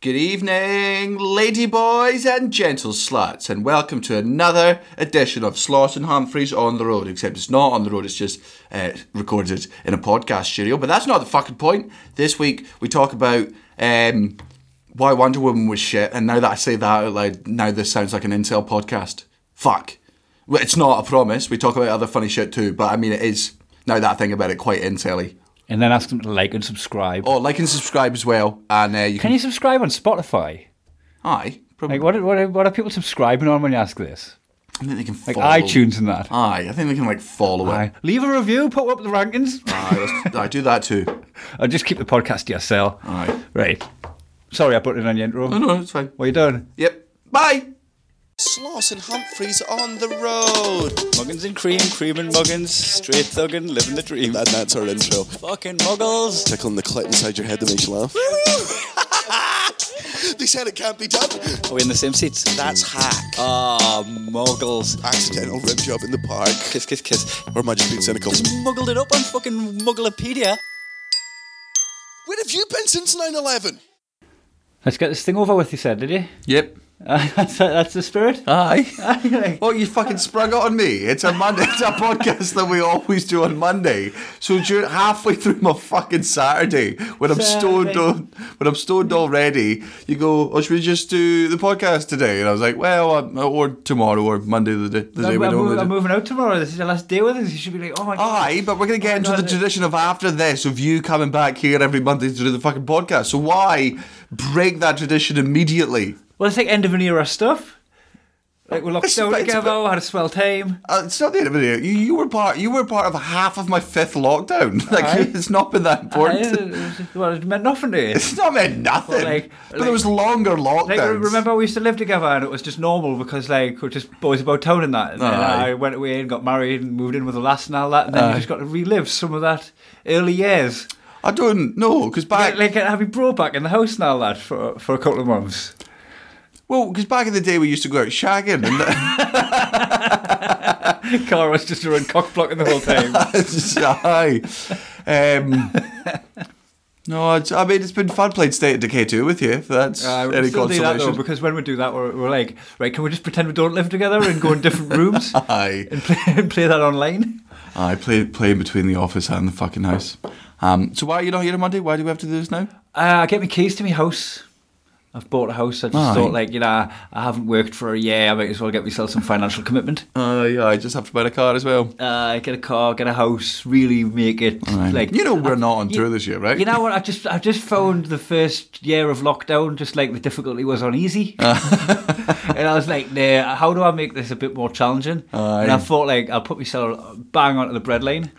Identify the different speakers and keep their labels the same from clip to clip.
Speaker 1: Good evening, ladyboys and gentle sluts, and welcome to another edition of Slot and Humphreys on the Road. Except it's not on the road, it's just uh, recorded in a podcast studio. But that's not the fucking point. This week we talk about um, why Wonder Woman was shit, and now that I say that out loud, now this sounds like an incel podcast. Fuck. Well, It's not, I promise. We talk about other funny shit too, but I mean, it is, now that I think about it, quite intel
Speaker 2: And then ask them to like and subscribe.
Speaker 1: Oh, like and subscribe as well, and uh, you
Speaker 2: Can
Speaker 1: can.
Speaker 2: you subscribe on Spotify?
Speaker 1: Aye. Probably.
Speaker 2: Like, what are, what, are, what are people subscribing on when you ask this?
Speaker 1: I think they can
Speaker 2: Like
Speaker 1: follow.
Speaker 2: iTunes and that.
Speaker 1: Aye, I think they can like follow it.
Speaker 2: Aye. Leave a review, put up the rankings,
Speaker 1: Aye, that's, I do that too.
Speaker 2: or just keep the podcast to yourself.
Speaker 1: Aye.
Speaker 2: Right. Sorry, I put it on the intro.
Speaker 1: No, no, it's fine.
Speaker 2: What are you doing?
Speaker 1: Yep. Bye.
Speaker 3: Sloss and Humphreys on the road.
Speaker 2: Muggins and cream, cream and muggins, straight thugging, living the dream.
Speaker 3: And that's our intro.
Speaker 2: Fucking muggles.
Speaker 3: Tickling the clit inside your head that makes you laugh. they said it can't be done.
Speaker 2: Are we in the same seats?
Speaker 3: That's hack.
Speaker 2: Ah, muggles.
Speaker 3: Accidental rim job in the park.
Speaker 2: Kiss, kiss, kiss.
Speaker 3: Or am I just being cynical?
Speaker 2: Muggled it up on fucking Mugglepedia.
Speaker 3: Where have you been since 9 11?
Speaker 2: Let's get this thing over with, you said, did you?
Speaker 1: Yep.
Speaker 2: that's, that's the spirit.
Speaker 1: Aye. Well, you fucking sprung it on me. It's a Monday. It's a podcast that we always do on Monday. So during halfway through my fucking Saturday, when I'm stoned,
Speaker 2: Saturday.
Speaker 1: on, when I'm stoned already, you go, "Oh, should we just do the podcast today?" And I was like, "Well, um, or tomorrow, or Monday, the day, the day
Speaker 2: I'm,
Speaker 1: we
Speaker 2: I'm
Speaker 1: normally
Speaker 2: moving, I'm
Speaker 1: do."
Speaker 2: moving out tomorrow. This is the last day with us. You should be like, oh my god.
Speaker 1: Aye, but we're gonna get into
Speaker 2: God,
Speaker 1: the
Speaker 2: it-
Speaker 1: tradition of after this of you coming back here every Monday to do the fucking podcast. So why break that tradition immediately?
Speaker 2: Well, it's like end of an era stuff. Like we're locked
Speaker 1: It's
Speaker 2: down
Speaker 1: about-
Speaker 2: together. We had a swell time.
Speaker 1: Uh, it's not the end of the day. You, you were part. You were part of half of my fifth lockdown. Like
Speaker 2: Aye.
Speaker 1: it's not been that important.
Speaker 2: Aye, well, Uh, it meant nothing to you.
Speaker 1: It's not meant nothing.
Speaker 2: Well, like-
Speaker 1: but there was longer
Speaker 2: Like,
Speaker 1: lockdowns.
Speaker 2: remember we used to live together and it was just normal because like we're just boys about town and that. And then
Speaker 1: Aye.
Speaker 2: I went away and got married and moved in with a lass and all that. And then you just got to relive some of that early years.
Speaker 1: I don't know because back
Speaker 2: Like, like having bro back in the house and all that for for a couple of months.
Speaker 1: well because back in the day we used to go out shagging and
Speaker 2: Car was just around cock blocking the whole time.
Speaker 1: It's- aye. Um, no, it's, I mean it's been fun playing State of Decay two with you. If that's
Speaker 2: Uh, we
Speaker 1: any
Speaker 2: still do that though,
Speaker 1: consolation.
Speaker 2: because when we do that, we're, we're like, right, can we just pretend we don't live together and go in different rooms
Speaker 1: aye.
Speaker 2: and play, and play that online?
Speaker 1: I play play between the office and the fucking house. Um, so why are you not here on Monday? Why do we have to do this now?
Speaker 2: Uh, I get my keys to my house. I've bought a house. I just
Speaker 1: Aye.
Speaker 2: thought, like, you know, I haven't worked for a year. I might as well get myself some financial commitment.
Speaker 1: Uh, yeah, I just have to buy a car as well.
Speaker 2: Uh, get a car, get a house, really make it. Like
Speaker 1: you know, we're not on
Speaker 2: you-
Speaker 1: tour this year, right?
Speaker 2: You know what? I just I just found the first year of lockdown just like the difficulty was uneasy,
Speaker 1: Uh.
Speaker 2: and I was like, nah, how do I make this a bit more challenging?
Speaker 1: Aye.
Speaker 2: And I thought like I'll put myself bang onto the breadline.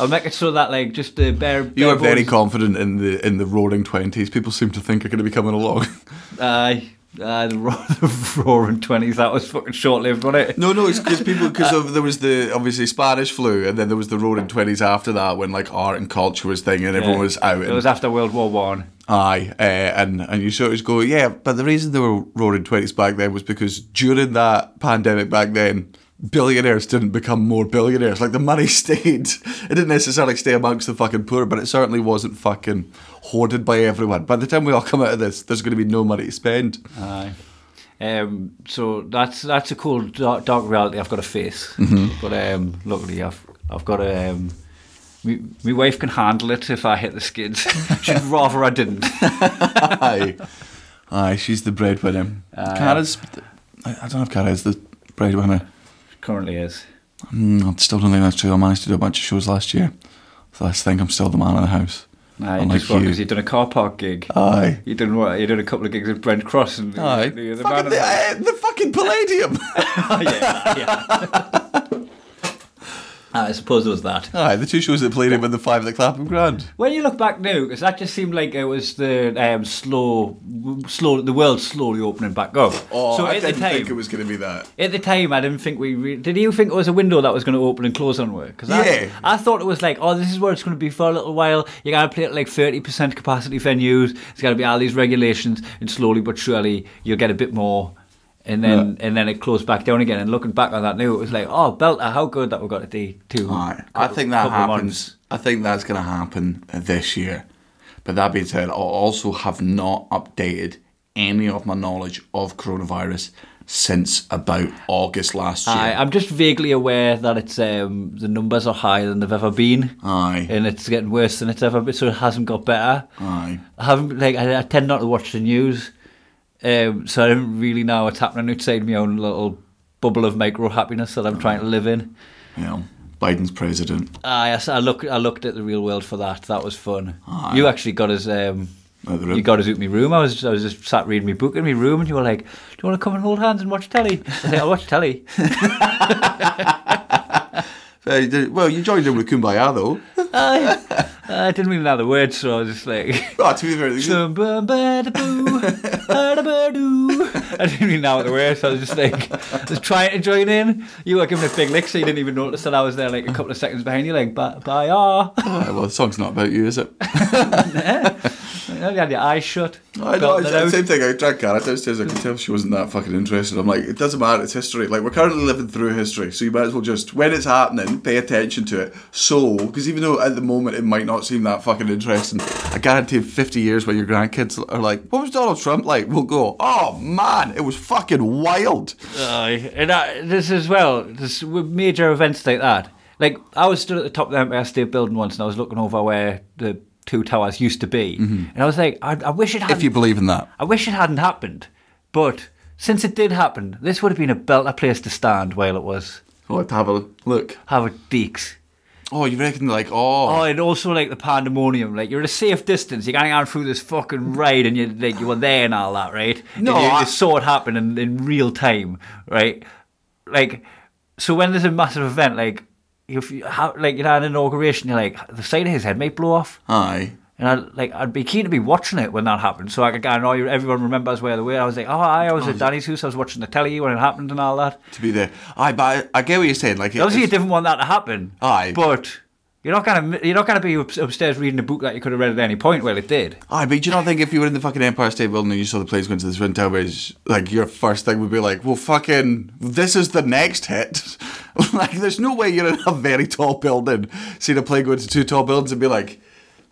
Speaker 2: I'll make it so that like just the bare.
Speaker 1: you
Speaker 2: bare
Speaker 1: are very
Speaker 2: bones-
Speaker 1: confident in the in the roaring twenties. People seem to think are going to be coming along.
Speaker 2: Aye, aye, the, ro- the roaring twenties. That was fucking short lived, wasn't it?
Speaker 1: No, no, it's because people because of there was the obviously Spanish flu, and then there was the roaring twenties after that when like art and culture was thing, and everyone was out.
Speaker 2: It
Speaker 1: and-
Speaker 2: was after World War One.
Speaker 1: Aye, uh, and and you sort of go, yeah, but the reason they were roaring twenties back then was because during that pandemic back then, billionaires didn't become more billionaires. Like the money stayed, it didn't necessarily stay amongst the fucking poor, but it certainly wasn't fucking hoarded by everyone. By the time we all come out of this, there's going to be no money to spend.
Speaker 2: Aye. Um, so that's that's a cool dark, dark reality I've got to face.
Speaker 1: Mm-hmm.
Speaker 2: But um, luckily, I've I've got a. Um, me, me wife can handle it if I hit the skids. She'd rather I didn't.
Speaker 1: Aye, aye, she's the breadwinner. Cara's, I, I don't know if Cara is the breadwinner.
Speaker 2: Currently is.
Speaker 1: Mm, I still don't think that's true. I managed to do a bunch of shows last year, so I think I'm still the man of the house.
Speaker 2: Aye,
Speaker 1: Unlike
Speaker 2: just because
Speaker 1: you.
Speaker 2: you done a car park gig.
Speaker 1: Aye.
Speaker 2: You done what? You done a couple of gigs at Brent Cross and
Speaker 1: Aye.
Speaker 2: the, the man.
Speaker 1: fucking
Speaker 2: of
Speaker 1: the,
Speaker 2: the-
Speaker 1: uh, the fucking Palladium.
Speaker 2: Oh, yeah, yeah. I suppose it was that.
Speaker 1: Aye, the two shows at the Palladium and the five at the Clapham Grand.
Speaker 2: When you look back now, because that just seemed like it was the um, slow, slow, the world slowly opening back up.
Speaker 1: Oh,
Speaker 2: so at the time,
Speaker 1: was going to be that.
Speaker 2: at the time, I didn't think we. Re- Did you think it was a window that was going to open and close on work? Because
Speaker 1: Yeah.
Speaker 2: I, I thought it was like, oh, this is where it's going to be for a little while. You got to play at like thirty percent capacity venues. It's got to be all these regulations, and slowly but surely you'll get a bit more. And then and then it closed back down again. And looking back on that now, it was like, oh, belter, how good that we got a D two.
Speaker 1: Aye, I think that
Speaker 2: couple of
Speaker 1: happens.
Speaker 2: months.
Speaker 1: I think that's going to happen this year. But that being said, I also have not updated any of my knowledge of coronavirus since about August last year.
Speaker 2: I, I'm just vaguely aware that it's um, the numbers are higher than they've ever been,
Speaker 1: Aye.
Speaker 2: and it's getting worse than it's ever been. So it hasn't got better.
Speaker 1: Aye.
Speaker 2: I haven't like I, I tend not to watch the news, um, so I don't really know what's happening outside my own little bubble of micro happiness that I'm trying to live in.
Speaker 1: You know, Biden's president
Speaker 2: Aye, I, s- I look I looked at the real world for that. That was fun.
Speaker 1: Aye.
Speaker 2: You actually got us. Um,
Speaker 1: Out the room.
Speaker 2: you got us out my room. I was I was just sat reading my book in my room, and you were like, "Do you want to come and hold hands and watch telly?" I said, "I'll watch telly."
Speaker 1: Uh, well, you joined in with Kumbaya though.
Speaker 2: I, I didn't really know the words, so I was just like.
Speaker 1: Well, Ah, to be fair,
Speaker 2: "Dum-bum-ba-da-boo, ba-da-ba-doo." I didn't really know what the words. so I was just like, just trying to join in. You were giving a big lick, so you didn't even notice that I was there like a couple of seconds behind you, like, bye, bye, ah.
Speaker 1: Uh, well, the song's not about you, is it?
Speaker 2: You had your eyes shut.
Speaker 1: I know,
Speaker 2: belted
Speaker 1: it's
Speaker 2: out.
Speaker 1: the same thing. I dragged Gareth downstairs. I could tell she wasn't that fucking interested. I'm like, it doesn't matter. It's history. Like, we're currently living through history. So you might as well just, when it's happening, pay attention to it. So, because even though at the moment it might not seem that fucking interesting, I guarantee in 50 years when your grandkids are like, what was Donald Trump like? We'll go, oh man, it was fucking wild.
Speaker 2: Aye, and I, this as well. This with major events like that. Like I was stood at the top of the Empire State Building once, and I was looking over where the two towers used to be, and I was like, I, I wish it hadn't.
Speaker 1: Mm-hmm. If you believe in that.
Speaker 2: I wish it hadn't happened, but since it did happen, this would have been a belter place to stand while it was.
Speaker 1: Oh, to have a look.
Speaker 2: Howard Deeks.
Speaker 1: Oh, you reckon, like,
Speaker 2: Oh,
Speaker 1: oh.
Speaker 2: and also like the pandemonium. Like you're at a safe distance. You're going on through this fucking ride, and you like you were there and all that, right?
Speaker 1: No,
Speaker 2: and you,
Speaker 1: I-
Speaker 2: you saw it happen in, in real time, right? Like, so when there's a massive event, like if you have like you're at an inauguration, you're like the side of his head might blow off.
Speaker 1: Aye.
Speaker 2: And I like I'd be keen to be watching it when that happened, so I could. I know you- everyone remembers where they were. I was like, oh, aye, I was at Danny's house. I was watching the telly when it happened and all that.
Speaker 1: To be there. Aye, but I, I get what you're saying. Like, it-
Speaker 2: Obviously, you
Speaker 1: it's-
Speaker 2: didn't want that to happen.
Speaker 1: Aye.
Speaker 2: But you're not gonna you're not gonna be up- upstairs reading a book that you could have read at any point. Well, it did.
Speaker 1: Aye, Oh, but do you not think if you were in the fucking Empire State Building and you saw the planes going to the Twin Towers, like your first thing would be like, "Well, fucking, this is the next hit." like, there's no way you're in a very tall building, seeing a plane going to two tall buildings, and be like,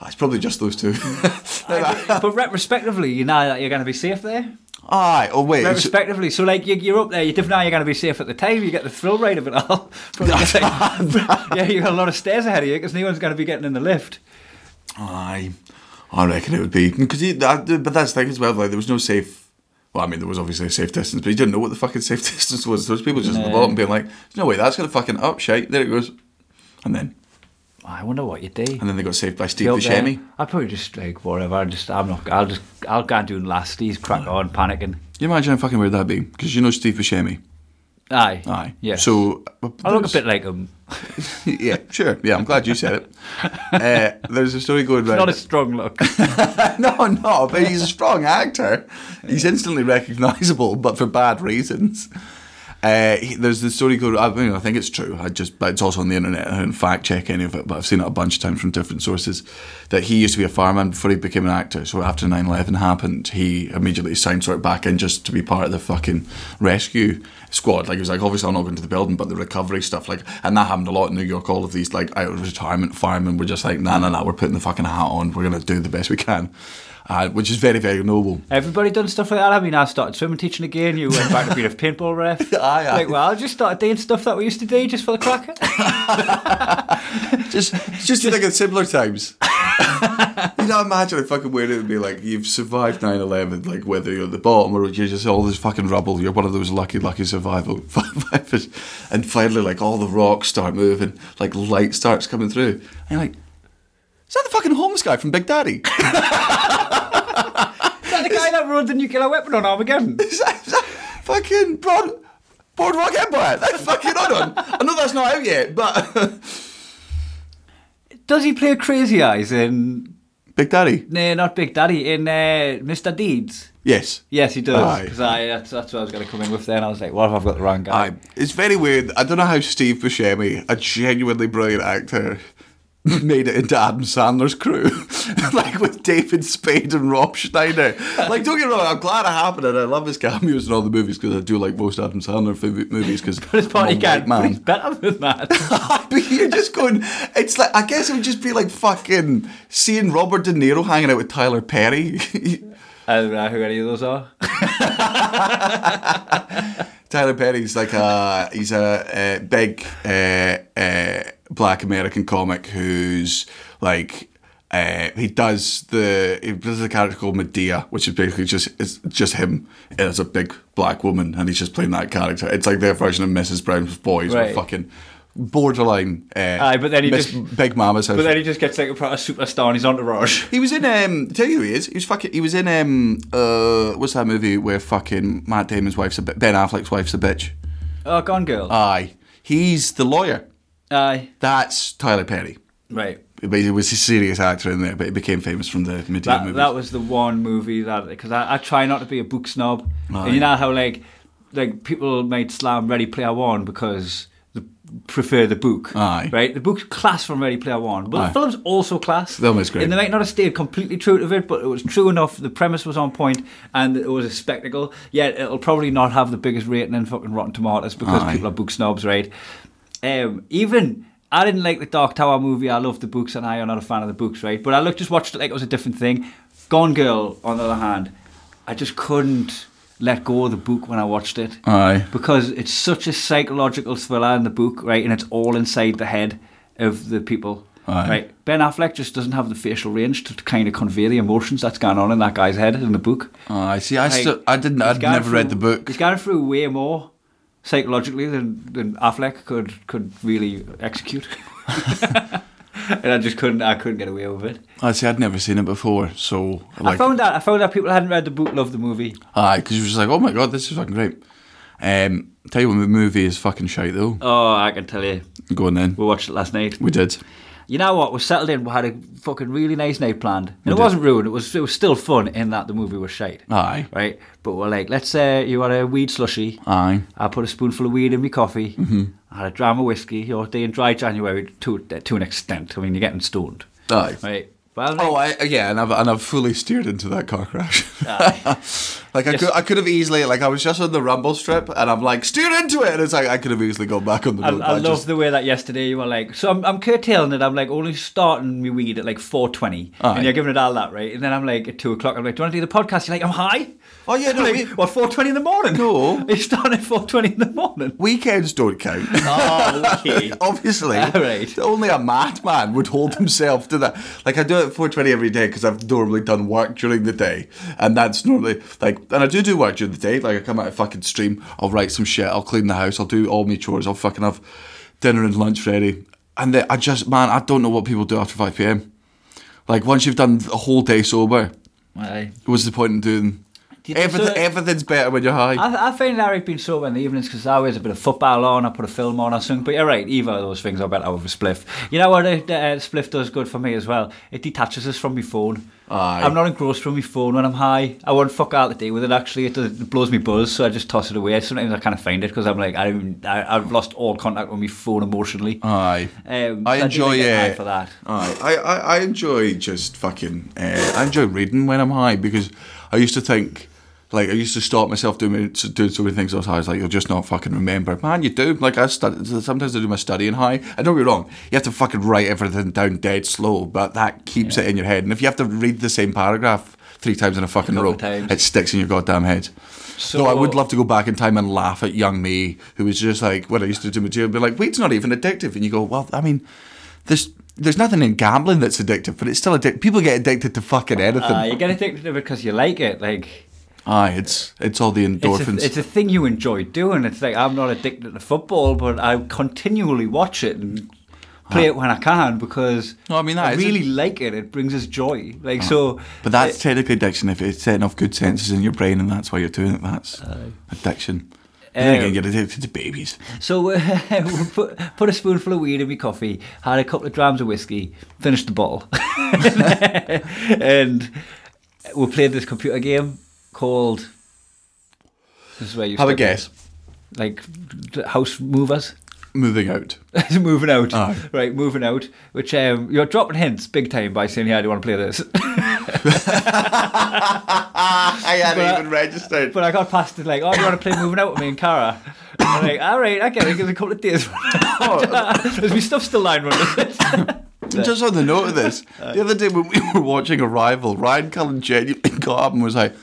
Speaker 1: "Ah, "It's probably just those two.
Speaker 2: but retrospectively, you know that you're gonna be safe there.
Speaker 1: Aye. Oh wait. it's-
Speaker 2: Retrospectively, so like you- you're up there, you didn't know you're gonna be safe at the time. You get the thrill ride of it all. Probably get, like- yeah, you got a lot of stairs ahead of you because no one's gonna be getting in the lift.
Speaker 1: Aye. I reckon it would be because that, but that's the thing as well. Like, there was no safe. Well, I mean, there was obviously a safe distance, but you didn't know what the fucking safe distance was. There was people just at the
Speaker 2: No.
Speaker 1: bottom being like, "There's no way that's gonna fucking up, shite." There it goes, and then
Speaker 2: I wonder what you'd do.
Speaker 1: and then they got saved by Steve
Speaker 2: Be up there.
Speaker 1: Buscemi.
Speaker 2: I'd probably just like whatever. I just I'm not. I'll just I'll go and do last. He's crack on panicking.
Speaker 1: You imagine how fucking weird that'd be? Because you know Steve Buscemi.
Speaker 2: Aye.
Speaker 1: Aye.
Speaker 2: Yeah.
Speaker 1: So
Speaker 2: I look a bit like him.
Speaker 1: yeah, sure. Yeah, I'm glad you said it. Uh, there's a story going
Speaker 2: Not
Speaker 1: around.
Speaker 2: a strong look.
Speaker 1: no, no, but he's a strong actor. He's instantly recognisable, but for bad reasons. Uh, he- there's the story going. I, mean, I think it's true. I just, but it's also on the internet. I didn't fact check any of it, but I've seen it a bunch of times from different sources. That he used to be a fireman before he became an actor. So after 9/11 happened, he immediately signed sort of back in just to be part of the fucking rescue squad. Like he was like, obviously I'm not going to the building, but the recovery stuff. Like, and that happened a lot in New York. All of these like out of retirement firemen were just like, nah, nah, nah. We're putting the fucking hat on. We're gonna do the best we can, uh, which is very, very noble.
Speaker 2: Everybody done stuff like that. I mean, I started swimming teaching again. You went back to being a paintball ref.
Speaker 1: Aye, aye.
Speaker 2: Like, well, I just started doing stuff that we used to do just for the crack.
Speaker 1: just just to think of similar times. you know, imagine how fucking weird it would be like you've survived 9 11, like whether you're at the bottom or you're just all this fucking rubble, you're one of those lucky, lucky survival survivors. And finally, like all the rocks start moving, like light starts coming through. And you're like, is that the fucking homeless guy from Big Daddy?
Speaker 2: Is that the guy that rode the nuclear weapon on Armageddon?
Speaker 1: is, that, is that fucking broad, Boardwalk Empire? That's fucking on on. I know that's not out yet, but.
Speaker 2: Does he play Crazy Eyes in?
Speaker 1: Big Daddy?
Speaker 2: No, not Big Daddy. In uh, Mr. Deeds.
Speaker 1: Yes.
Speaker 2: Yes, he does.
Speaker 1: Aye.
Speaker 2: 'Cause I, that's, that's what I was going to come in with. Then I was like, what if I've got the wrong guy?
Speaker 1: Aye. It's very weird. I don't know how Steve Buscemi, a genuinely brilliant actor, made it into Adam Sandler's crew, like with David Spade and Rob Schneider. Like, don't get me wrong, I'm glad it happened, and I love his cameos in all the movies because I do like most Adam Sandler fi- movies because
Speaker 2: But his party guy, but he's
Speaker 1: man.
Speaker 2: better than that.
Speaker 1: but you're just going. It's like I guess it would just be like fucking seeing Robert De Niro hanging out with Tyler Perry.
Speaker 2: I don't know who any of those are.
Speaker 1: Tyler Perry's like a he's a, uh big uh, uh, black American comic who's like uh, he does the he does a character called Medea, which is basically just it's just him as a big black woman, and he's just playing that character. It's like their version of Mrs. Brown's Boys,
Speaker 2: Right.
Speaker 1: with fucking borderline. Uh,
Speaker 2: Aye, but then he
Speaker 1: Miss
Speaker 2: just-
Speaker 1: Big Mama's house.
Speaker 2: But then he just gets like a proper superstar in his entourage.
Speaker 1: He was in um tell you who he is. He was fucking he was in um uh what's that movie where fucking Matt Damon's wife's a bi- Ben Affleck's wife's a bitch.
Speaker 2: Oh, Gone Girl.
Speaker 1: Aye. He's the lawyer.
Speaker 2: Aye.
Speaker 1: That's Tyler Perry.
Speaker 2: Right.
Speaker 1: But he was a serious actor in there, but he became famous from the Medea
Speaker 2: That,
Speaker 1: movies.
Speaker 2: that was the one movie that because I, I try not to be a book snob, and you know how like like people might slam Ready Player One because they prefer the book,
Speaker 1: Aye.
Speaker 2: right? The book's class from Ready Player One, but
Speaker 1: Aye.
Speaker 2: the film's also class.
Speaker 1: The film is great.
Speaker 2: and they might not have stayed completely true to it, but it was true enough. The premise was on point, and it was a spectacle. Yet it'll probably not have the biggest rating in fucking Rotten Tomatoes because
Speaker 1: Aye.
Speaker 2: people are book snobs, right? Um, even I didn't like the Dark Tower movie. I love the books, and I am not a fan of the books, right? But I looked, just watched it like it was a different thing. Gone Girl, on the other hand, I just couldn't let go of the book when I watched it
Speaker 1: Aye.
Speaker 2: because it's such a psychological thriller in the book, right? And it's all inside the head of the people,
Speaker 1: Aye.
Speaker 2: right? Ben Affleck just doesn't have the facial range to kind of convey the emotions that's going on in that guy's head in the book.
Speaker 1: Aye. See, I
Speaker 2: Like,
Speaker 1: still I didn't I'd
Speaker 2: he's gone
Speaker 1: never read the
Speaker 2: through-
Speaker 1: book.
Speaker 2: He's gone through way more psychologically than, than Affleck could could really execute. and I just couldn't I couldn't get away with it.
Speaker 1: I see I'd never seen it before, so
Speaker 2: I
Speaker 1: like
Speaker 2: found out I found out people hadn't read the book loved the movie.
Speaker 1: Aye, because you were just like, Oh my god, this is fucking great. Um tell you what the movie is fucking shite though.
Speaker 2: Oh, I can tell you.
Speaker 1: Go on then.
Speaker 2: We watched it last night.
Speaker 1: We did.
Speaker 2: You know what? We settled in. We had a fucking really nice night planned, and it
Speaker 1: did.
Speaker 2: wasn't ruined. It was it was still fun in that the movie was shite,
Speaker 1: Aye.
Speaker 2: right? But we're like, let's say you had a weed slushy.
Speaker 1: Aye.
Speaker 2: I put a spoonful of weed in my coffee.
Speaker 1: Mm-hmm.
Speaker 2: I had a dram of whiskey. You know, day in dry January to to an extent. I mean, you're getting stoned,
Speaker 1: Aye.
Speaker 2: right? But I'm
Speaker 1: Oh,
Speaker 2: like,
Speaker 1: I, yeah, and I've and I've fully steered into that car crash.
Speaker 2: Aye.
Speaker 1: like I
Speaker 2: Ah. Yes.
Speaker 1: could, I could have easily, like I was just on the rumble strip, and I'm like steered into it, and it's like I could have easily gone back on the
Speaker 2: I,
Speaker 1: road.
Speaker 2: I
Speaker 1: but
Speaker 2: love the way that yesterday you were like, so I'm, I'm curtailing it. I'm like only starting my weed at like 4:20,
Speaker 1: Aye.
Speaker 2: and you're giving it all that, right? And then I'm like at two o'clock. I'm like, do you want to do the podcast? You're like, I'm high.
Speaker 1: Oh, yeah, no,
Speaker 2: Like,
Speaker 1: we-
Speaker 2: what 4:20 in the morning?
Speaker 1: No.
Speaker 2: it's starting at 4:20 in the morning.
Speaker 1: weekends don't count.
Speaker 2: Oh, okay.
Speaker 1: Obviously,
Speaker 2: All right.
Speaker 1: only a madman would hold himself to that. Like I do it at four twenty every day because I've normally done work during the day, and that's normally like, and I do do work during the day. Like I come out of fucking stream, I'll write some shit, I'll clean the house, I'll do all my chores, I'll fucking have dinner and lunch ready, and then I just man, I don't know what people do after five pm. Like once you've done the whole day sober,
Speaker 2: Aye.
Speaker 1: what's the point in doing?
Speaker 2: Did-
Speaker 1: Everything,
Speaker 2: so-
Speaker 1: everything's better when you're high.
Speaker 2: I, I find Larry being sober in the evenings because I always a bit of football on, I put a film on or something. But you're right, either of those things are better with a spliff. You know what a, a spliff does good for me as well? It detaches us from my phone.
Speaker 1: Aye.
Speaker 2: I'm not engrossed from my phone when I'm high. I won't fuck out the day with it actually. It, does, it blows me buzz, so I just toss it away. Sometimes I kind of find it because I'm like, I, don't- I, I've lost all contact with my phone emotionally.
Speaker 1: Aye.
Speaker 2: Um,
Speaker 1: Uh, I
Speaker 2: so do
Speaker 1: enjoy
Speaker 2: get high
Speaker 1: it
Speaker 2: for that.
Speaker 1: Aye. I, I, I enjoy just fucking. Uh, I enjoy reading when I'm high because I used to think, like, I used to stop myself doing doing so many things I was high. I was like, you'll just not fucking remember, man. You do. Like I stud- sometimes I do my studying high. And don't be wrong, you have to fucking write everything down dead slow, but that keeps it in your head. And if you have to read the same paragraph three times in a fucking
Speaker 2: couple
Speaker 1: row,
Speaker 2: of times.
Speaker 1: it sticks in your goddamn head. So I would love to go back in time and laugh at young me, who was just like when I used to do material, be like, weed's not even addictive, and you go, well, I mean, there's there's nothing in gambling that's addictive, but it's still addictive. People get addicted to fucking anything.
Speaker 2: Uh, you get addicted to it because you like it. Like,
Speaker 1: Aye, it's it's all the
Speaker 2: It's
Speaker 1: endorphins.
Speaker 2: a, it's a thing you enjoy doing. It's like I'm not addicted to football, but I continually watch it and play it when I can because
Speaker 1: No, I mean, that
Speaker 2: I
Speaker 1: is-
Speaker 2: really like it. It brings us joy. Like so,
Speaker 1: but that's technically addiction if it's setting off good senses in your brain, and that's why you're doing it. That's addiction. But then
Speaker 2: Um,
Speaker 1: again, you get addicted to babies.
Speaker 2: so uh, we put, put a spoonful of weed in my coffee, had a couple of grams of whiskey, finished the bottle, and we played this computer game called. This is where you
Speaker 1: Have a
Speaker 2: step in.
Speaker 1: guess.
Speaker 2: Like d- house movers.
Speaker 1: moving out.
Speaker 2: moving out.
Speaker 1: Aye.
Speaker 2: Right, moving out. Which um, you're dropping hints big time by saying, "Yeah, I do want to play this."
Speaker 1: I hadn't
Speaker 2: But-
Speaker 1: even registered.
Speaker 2: but I got past it like, "Oh, do you want to play moving out with me and Cara?" And I'm like, "All right, I get it. Give it a couple of days." There's me stuff still lying around.
Speaker 1: Just on the note of this, the other day when we were watching Arrival, Ryan Cullen genuinely got up and was like,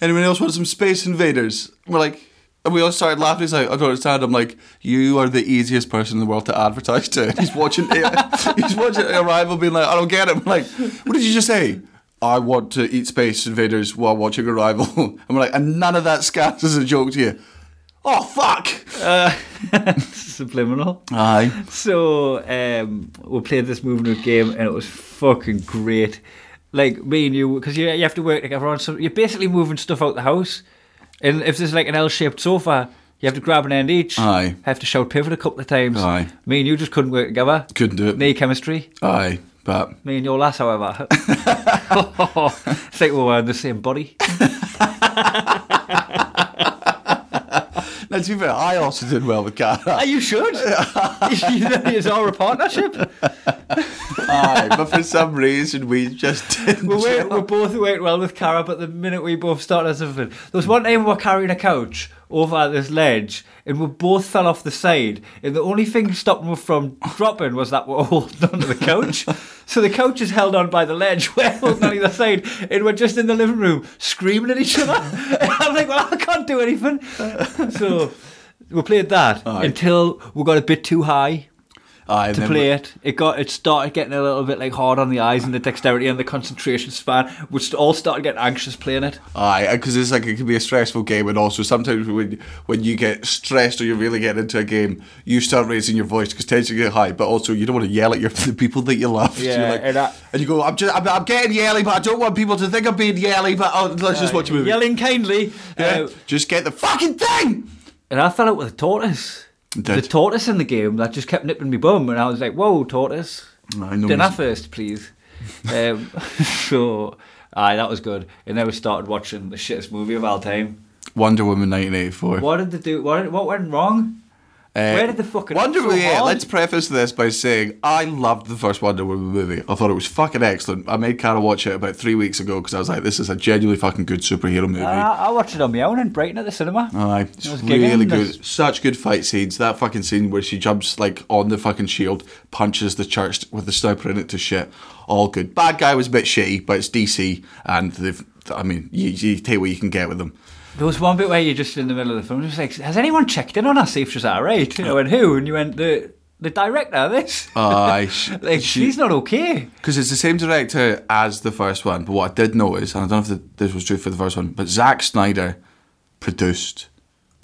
Speaker 1: "Anyone else want some Space Invaders?" We're like, and we all started laughing. He's like, "I don't understand." I'm like, "You are the easiest person in the world to advertise to." And he's watching, he's watching Arrival, being like, "I don't get it." I'm like, "What did you just say?" I want to eat Space Invaders while watching Arrival. And we're like, and none of that scats as a joke to you. Oh fuck!
Speaker 2: Subliminal.
Speaker 1: Aye.
Speaker 2: So um, we played this moving out game, and it was fucking great. Like me and you, because you you have to work together on some. You're basically moving stuff out the house, and if there's like an L-shaped sofa, you have to grab an end each.
Speaker 1: Aye.
Speaker 2: Have to shout pivot a couple of times.
Speaker 1: Aye.
Speaker 2: Me and you just couldn't work together.
Speaker 1: Couldn't do it.
Speaker 2: No chemistry.
Speaker 1: Aye, but
Speaker 2: Me and your lass, however. it's like we were in the same body.
Speaker 1: now to be fair, I also did well with Cara.
Speaker 2: Ah, you should. it's all a partnership.
Speaker 1: Aye, but for some reason we just didn't.
Speaker 2: We were,
Speaker 1: gel.
Speaker 2: we both worked well with Cara, but the minute we both started something, there was one time we were carrying a couch over this ledge, and we both fell off the side. And the only thing stopping us from dropping was that we were holding onto the couch. so the couch is held on by the ledge, we're holding on either side, and we're just in the living room screaming at each other. and I'm like, well, I can't do anything. So we played that
Speaker 1: Aye.
Speaker 2: until we got a bit too high
Speaker 1: Aye,
Speaker 2: to
Speaker 1: then
Speaker 2: play
Speaker 1: we-
Speaker 2: it. It got it started getting a little bit like hard on the eyes and the dexterity and the concentration span, which all started getting anxious playing it.
Speaker 1: Aye, because it's like it can be a stressful game, and also sometimes when when you get stressed or you really get into a game, you start raising your voice because tension get high, but also you don't want to yell at your the people that you love. You're
Speaker 2: Yeah,
Speaker 1: like-
Speaker 2: and I-
Speaker 1: and you go, I'm just I'm, I'm getting yelly, but I don't want people to think I'm being yelly. But oh, let's just watch a movie.
Speaker 2: Yelling kindly.
Speaker 1: Yeah,
Speaker 2: Uh,
Speaker 1: just get the fucking thing.
Speaker 2: and I fell out with a tortoise.
Speaker 1: You did.
Speaker 2: The tortoise in the game that just kept nipping me bum, and I was like, "Whoa, tortoise!
Speaker 1: I know
Speaker 2: Dinner
Speaker 1: it's-
Speaker 2: first, please." um, so, aye, that was good. And then we started watching the shittest movie of all time.
Speaker 1: Wonder Woman 1984.
Speaker 2: What did they do? What, what went wrong?
Speaker 1: Uh,
Speaker 2: Where did the fucking-
Speaker 1: Wonder
Speaker 2: so
Speaker 1: Woman? Yeah,
Speaker 2: hard?
Speaker 1: let's preface this by saying I loved the first Wonder Woman movie. I thought it was fucking excellent. I made Cara watch it about three weeks ago because I was like, "This is a genuinely fucking good superhero movie."
Speaker 2: I, I watched it on my own in Brighton at the cinema.
Speaker 1: Aye, it's
Speaker 2: I Ah. was
Speaker 1: really
Speaker 2: giggling.
Speaker 1: good. Such good fight scenes. That fucking scene where she jumps like on the fucking shield, punches the church with the sniper in it to shit. All good. Bad guy was a bit shitty, but it's DC, and they've. I mean, you, you take what you can get with them.
Speaker 2: There was one bit where you're just in the middle of the film, just like, has anyone checked in on her, see if she's all right? You know, and who? And you went, the the director of this.
Speaker 1: Aye, sh-
Speaker 2: like,
Speaker 1: Uh, she-
Speaker 2: she's not okay.
Speaker 1: Because it's the same director as the first one, but what I did notice, and I don't know if this was true for the first one, but Zack Snyder produced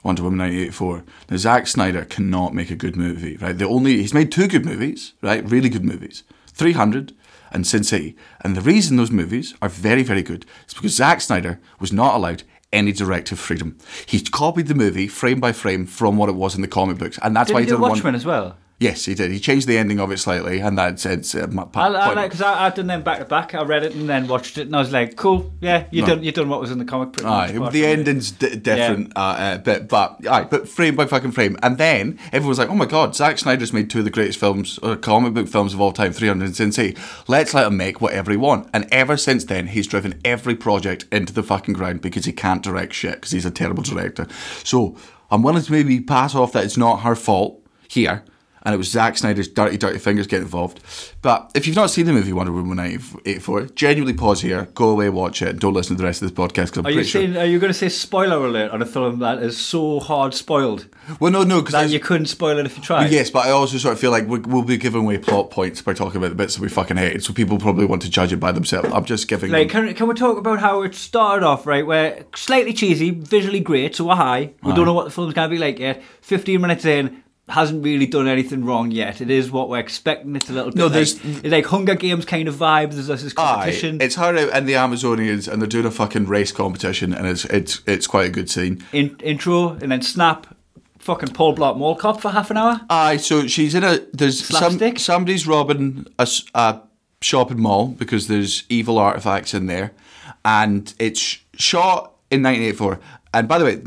Speaker 1: Wonder Woman 1984. Now, Zack Snyder cannot make a good movie, right? The only he's made two good movies, right? Really good movies, 300 and Sin City. And the reason those movies are very, very good is because Zack Snyder was not allowed any directive freedom. He copied the movie frame by frame from what it was in the comic books, and that's
Speaker 2: Did
Speaker 1: why
Speaker 2: he
Speaker 1: he
Speaker 2: do
Speaker 1: did
Speaker 2: Watchmen
Speaker 1: one.
Speaker 2: as well?
Speaker 1: Yes, he did. He changed the ending of it slightly, and that's it's. Uh, my,
Speaker 2: I, I
Speaker 1: point-
Speaker 2: like because I, I've done them back to back. I read it and then watched it, and I was like, cool, yeah, you done you done what was in the comic. pretty much,
Speaker 1: Aye,
Speaker 2: apart
Speaker 1: the
Speaker 2: from
Speaker 1: ending's d- different uh, uh, bit, but aye, but frame by fucking frame, and then everyone's like, "Oh my god, Zack Snyder's made two of the greatest films, or comic book films of all time, 300 and Sin City. Let's let him make whatever he wants." And ever since then, he's driven every project into the fucking ground because he can't direct shit because he's a terrible director. So I'm willing to maybe pass off that it's not her fault here. And it was Zack Snyder's dirty, dirty fingers getting involved. But if you've not seen the movie Wonder Woman 1984, genuinely pause here, go away, watch it, and don't listen to the rest of this podcast because I'm
Speaker 2: Are you
Speaker 1: pretty sure.
Speaker 2: saying, Are you going to say spoiler alert on a film that is so hard spoiled
Speaker 1: Well, no, no, because
Speaker 2: that you couldn't spoil it if you tried?
Speaker 1: yes, but I also sort of feel like we- we'll be giving away plot points by talking about the bits that we fucking hated, so people probably want to judge it by themselves. I'm just giving.
Speaker 2: Like,
Speaker 1: them,
Speaker 2: can, can we talk about how it started off, right? Where slightly cheesy, visually great, so we're high. We don't know what the film's going to be like yet. 15 minutes in, hasn't really done anything wrong yet. It is what we're expecting. It's a little bit
Speaker 1: No,
Speaker 2: like,
Speaker 1: there's-
Speaker 2: it's like Hunger Games kind of vibe. There's this
Speaker 1: Aye,
Speaker 2: competition.
Speaker 1: it's her out and the Amazonians, and they're doing a fucking race competition, and it's it's it's quite a good scene.
Speaker 2: In, intro, and then snap, fucking Paul Blart Mall Cop for half an hour.
Speaker 1: Aye, so she's in a there's some
Speaker 2: Slapstick?
Speaker 1: somebody's robbing a, s- a shopping mall because there's evil artifacts in there, and it's sh- shot in 1984. And by the way,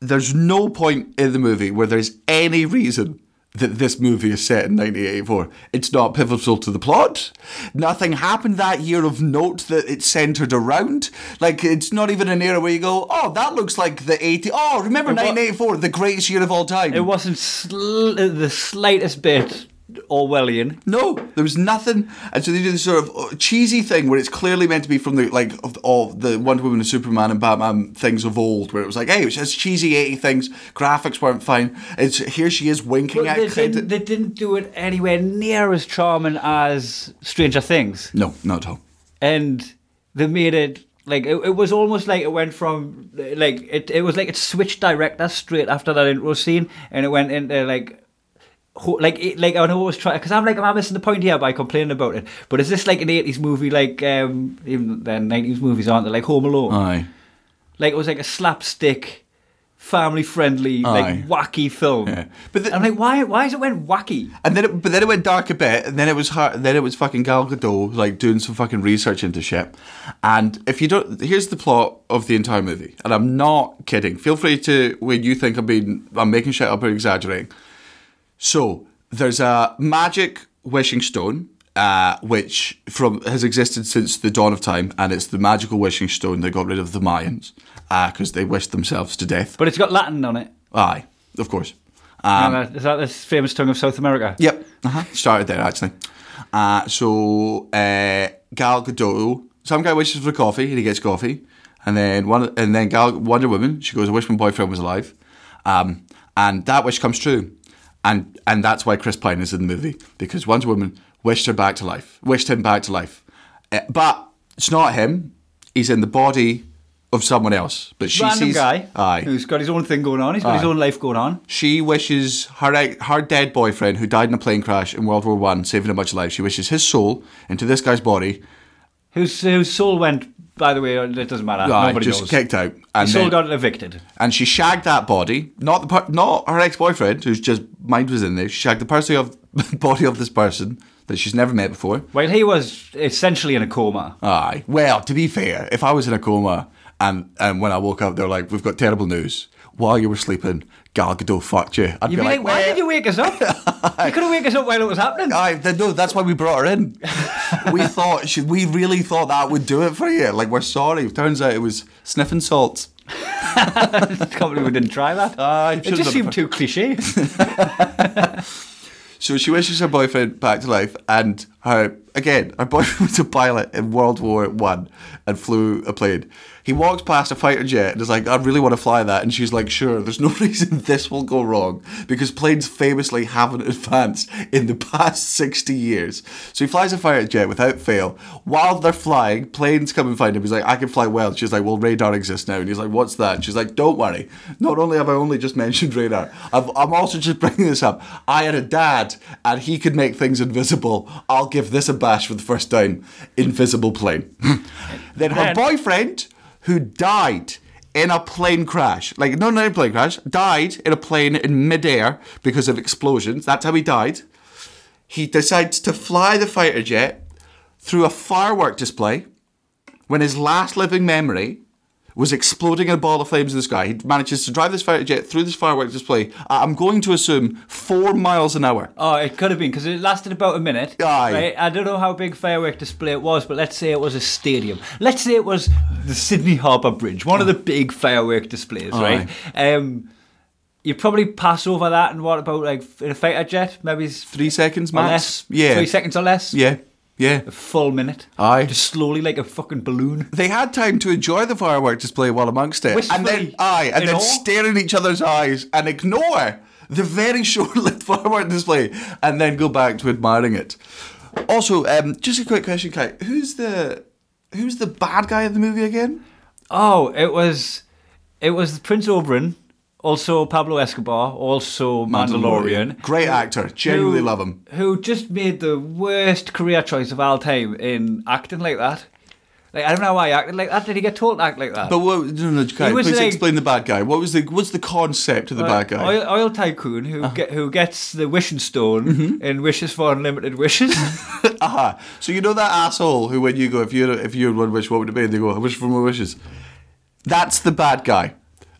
Speaker 1: there's no point in the movie where there's any reason that this movie is set in 1984. It's not pivotal to the plot. Nothing happened that year of note that it's centered around. Like, it's not even an era where you go, oh, that looks like the 80. Oh, remember 1984, the greatest year of all time.
Speaker 2: It wasn't sl- the slightest bit Orwellian.
Speaker 1: No, there was nothing. And so they do this sort of uh, cheesy thing where it's clearly meant to be from the like of, of the Wonder Woman and Superman and Batman things of old, where it was like, hey, it's just cheesy eighty things. Graphics weren't fine. It's here she is winking
Speaker 2: But
Speaker 1: at
Speaker 2: they,
Speaker 1: credit.
Speaker 2: didn't, they didn't do it anywhere near as charming as Stranger Things.
Speaker 1: No, not at all.
Speaker 2: and they made it like it, it was almost like it went from like it, it was like it switched director straight after that intro scene and it went into like ho- like it, like I know what was trying because I'm like am I missing the point here by complaining about it but is this like an 80s movie like um even then 90s movies aren't they like Home Alone
Speaker 1: Aye.
Speaker 2: like it was like a slapstick family friendly
Speaker 1: Aye.
Speaker 2: like wacky film
Speaker 1: Yeah. But the-
Speaker 2: I'm like why why is it went wacky
Speaker 1: And then, it, but then it went dark a bit, and then it was her, then it was fucking Gal Gadot like doing some fucking research into shit. And if you don't, here's the plot of the entire movie, and I'm not kidding. Feel free to when you think I'm being, I'm making shit up or exaggerating. So there's a magic wishing stone, uh, which from has existed since the dawn of time, and it's the magical wishing stone that got rid of the Mayans because they wished themselves to death.
Speaker 2: but it's got Latin on it
Speaker 1: Aye, of course. Ah.
Speaker 2: And, uh, is that this famous tongue of South America
Speaker 1: Yep. Uh-huh. Started there actually. Uh, so uh, Gal Gadot, some guy wishes for coffee and he gets coffee, and then one and then Gal Wonder Woman, she goes, "I wish my boyfriend was alive," um, and that wish comes true, and and that's why Chris Pine is in the movie because Wonder Woman wished her back to life, wished him back to life, Uh, but it's not him. He's in the body of someone else, but she
Speaker 2: random
Speaker 1: sees
Speaker 2: guy
Speaker 1: Aye.
Speaker 2: who's got his own thing going on. He's got his
Speaker 1: Aye.
Speaker 2: own life going on.
Speaker 1: She wishes her ex- her dead boyfriend, who died in a plane crash in World War One, saving a bunch of lives. She wishes his soul into this guy's body.
Speaker 2: Whose whose soul went? By the way, it doesn't matter.
Speaker 1: Ah,
Speaker 2: Nobody
Speaker 1: just
Speaker 2: knows.
Speaker 1: kicked out, and
Speaker 2: his soul
Speaker 1: then-
Speaker 2: got evicted.
Speaker 1: and she shagged that body, not the per- not her ex boyfriend, whose just mind was in there. She shagged the person of body of this person that she's never met before.
Speaker 2: Well, he was essentially in a coma.
Speaker 1: Aye. Well, to be fair, if I was in a coma and and when I woke up, they're like, "We've got terrible news." While you were sleeping, Gal Gadot fucked you. I'd
Speaker 2: You'd be like, why
Speaker 1: "Well,
Speaker 2: did you wake us up? you could have waked us up while it was happening.
Speaker 1: I th- no, that's why we brought her in. we thought she, we really thought that would do it for you. Like we're sorry. Turns out it was sniffing salts.
Speaker 2: I can't believe we didn't try that.
Speaker 1: Aye,
Speaker 2: it
Speaker 1: should've
Speaker 2: just
Speaker 1: done
Speaker 2: seemed
Speaker 1: Uh, it.
Speaker 2: too cliche.
Speaker 1: So she wishes her boyfriend back to life, and her again, her boyfriend was a pilot in World War One and flew a plane. He walks past a fighter jet and is like, "I really want to fly that," and she's like, "Sure." There's no reason this will go wrong because planes famously haven't advanced in the past sixty years. So he flies a fighter jet without fail. While they're flying, planes come and find him. He's like, "I can fly well." She's like, "Well, radar exists now," and he's like, "What's that?" And she's like, "Don't worry. Not only have I only just mentioned radar, I've, I'm also just bringing this up. I had a dad, and he could make things invisible. I'll give this a bash for the first time. Invisible plane. then her
Speaker 2: Then-
Speaker 1: boyfriend, who died in a plane crash, like no, not in a plane crash, died in a plane in midair because of explosions. That's how he died. He decides to fly the fighter jet through a firework display when his last living memory was exploding in a ball of flames in the sky. He manages to drive this fighter jet through this fireworks display. at, I'm going to assume four miles an hour.
Speaker 2: Oh, it could have been because it lasted about a minute.
Speaker 1: Aye.
Speaker 2: Right? I don't know how big firework display it was, but let's say it was a stadium. Let's say it was the Sydney Harbour Bridge, one of the big firework displays, right? Um, you probably pass over that, and what about like in a fighter jet? Maybe it's
Speaker 1: Three seconds
Speaker 2: or
Speaker 1: max.
Speaker 2: less,
Speaker 1: Yeah.
Speaker 2: three seconds or less.
Speaker 1: Yeah. Yeah.
Speaker 2: a full minute.
Speaker 1: Aye.
Speaker 2: just slowly like a fucking balloon.
Speaker 1: They had time to enjoy the firework display while amongst it, and then
Speaker 2: Wistfully
Speaker 1: aye, and
Speaker 2: in
Speaker 1: then
Speaker 2: awe.
Speaker 1: stare in each other's eyes and ignore the very short-lived firework display, and then go back to admiring it. Also, um, just a quick question, Kai. Who's the who's the bad guy in the movie again?
Speaker 2: Oh, it was, it was Prince Oberyn, also Pablo Escobar, also Mandalorian.
Speaker 1: Great actor. Genuinely
Speaker 2: who-
Speaker 1: love him.
Speaker 2: Who just made the worst career choice of all time in acting like that. Like I don't know why he acted like that. Did he get told to act like that?
Speaker 1: But what, no, no, Kai,
Speaker 2: He was Uh,
Speaker 1: please
Speaker 2: like-
Speaker 1: explain the bad guy. What was the what's the concept of the bad guy? Uh-huh.
Speaker 2: Oil, oil tycoon who get, who gets the wishing stone
Speaker 1: Mm-hmm.
Speaker 2: and wishes for unlimited wishes.
Speaker 1: Aha. So you know that asshole who, when you go, if you if you had one wish, what would it be? And they go, I wish for more wishes. That's the bad guy.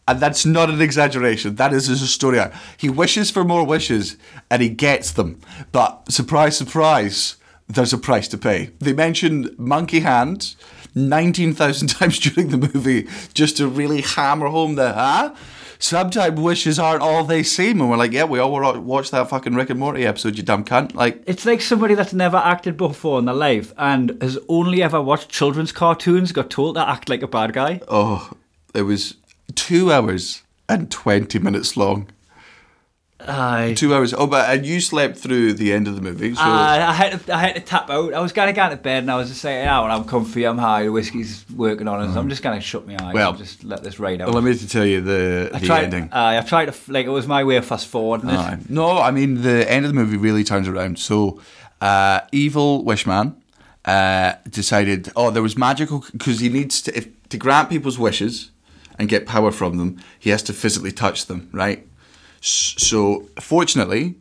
Speaker 1: And that's not an exaggeration. That is his story. arc. He wishes for more wishes and he gets them. But surprise, surprise, there's a price to pay. They mention Monkey Hand 19,000 times during the movie just to really hammer home the, huh? Sometimes wishes aren't all they seem. And we're like, yeah, we all wa- watched that fucking Rick and Morty episode, you dumb cunt. Like,
Speaker 2: It's like somebody that's never acted before in their life and has only ever watched children's cartoons got told to act like a bad guy.
Speaker 1: oh, it was two hours and 20 minutes long.
Speaker 2: Aye.
Speaker 1: Two hours. Oh, but and you slept through the end of the movie. So
Speaker 2: Uh, I had to, I had to tap out. I was gonna go to bed and I was just saying, "Oh, well, I'm comfy, I'm high, the whiskey's working on us. I'm just gonna shut my eyes
Speaker 1: Mm-hmm. Well-
Speaker 2: and just let this ride out."
Speaker 1: let me to tell you the,
Speaker 2: I
Speaker 1: the
Speaker 2: tried. uh,
Speaker 1: ending.
Speaker 2: aye, I tried to f- like it was my way of fast forwarding it.
Speaker 1: Aye. No, I mean the end of the movie really turns around. So, uh, evil wishman uh, decided. Oh, there was magical because he needs to if, to grant people's wishes and get power from them. He has to physically touch them, right? S- So, fortunately,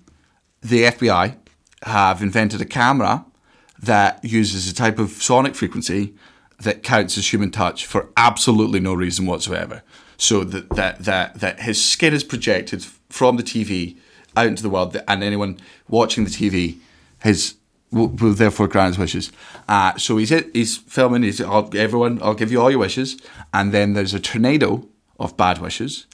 Speaker 1: the FBI have invented a camera that uses a type of sonic frequency that counts as human touch for absolutely no reason whatsoever. So that that that, that his skin is projected from the TV out into the world, and anyone watching the TV his will, will therefore grant his wishes. Uh, so he's he's filming. He's I'll, everyone. I'll give you all your wishes, and then there's a tornado of bad wishes,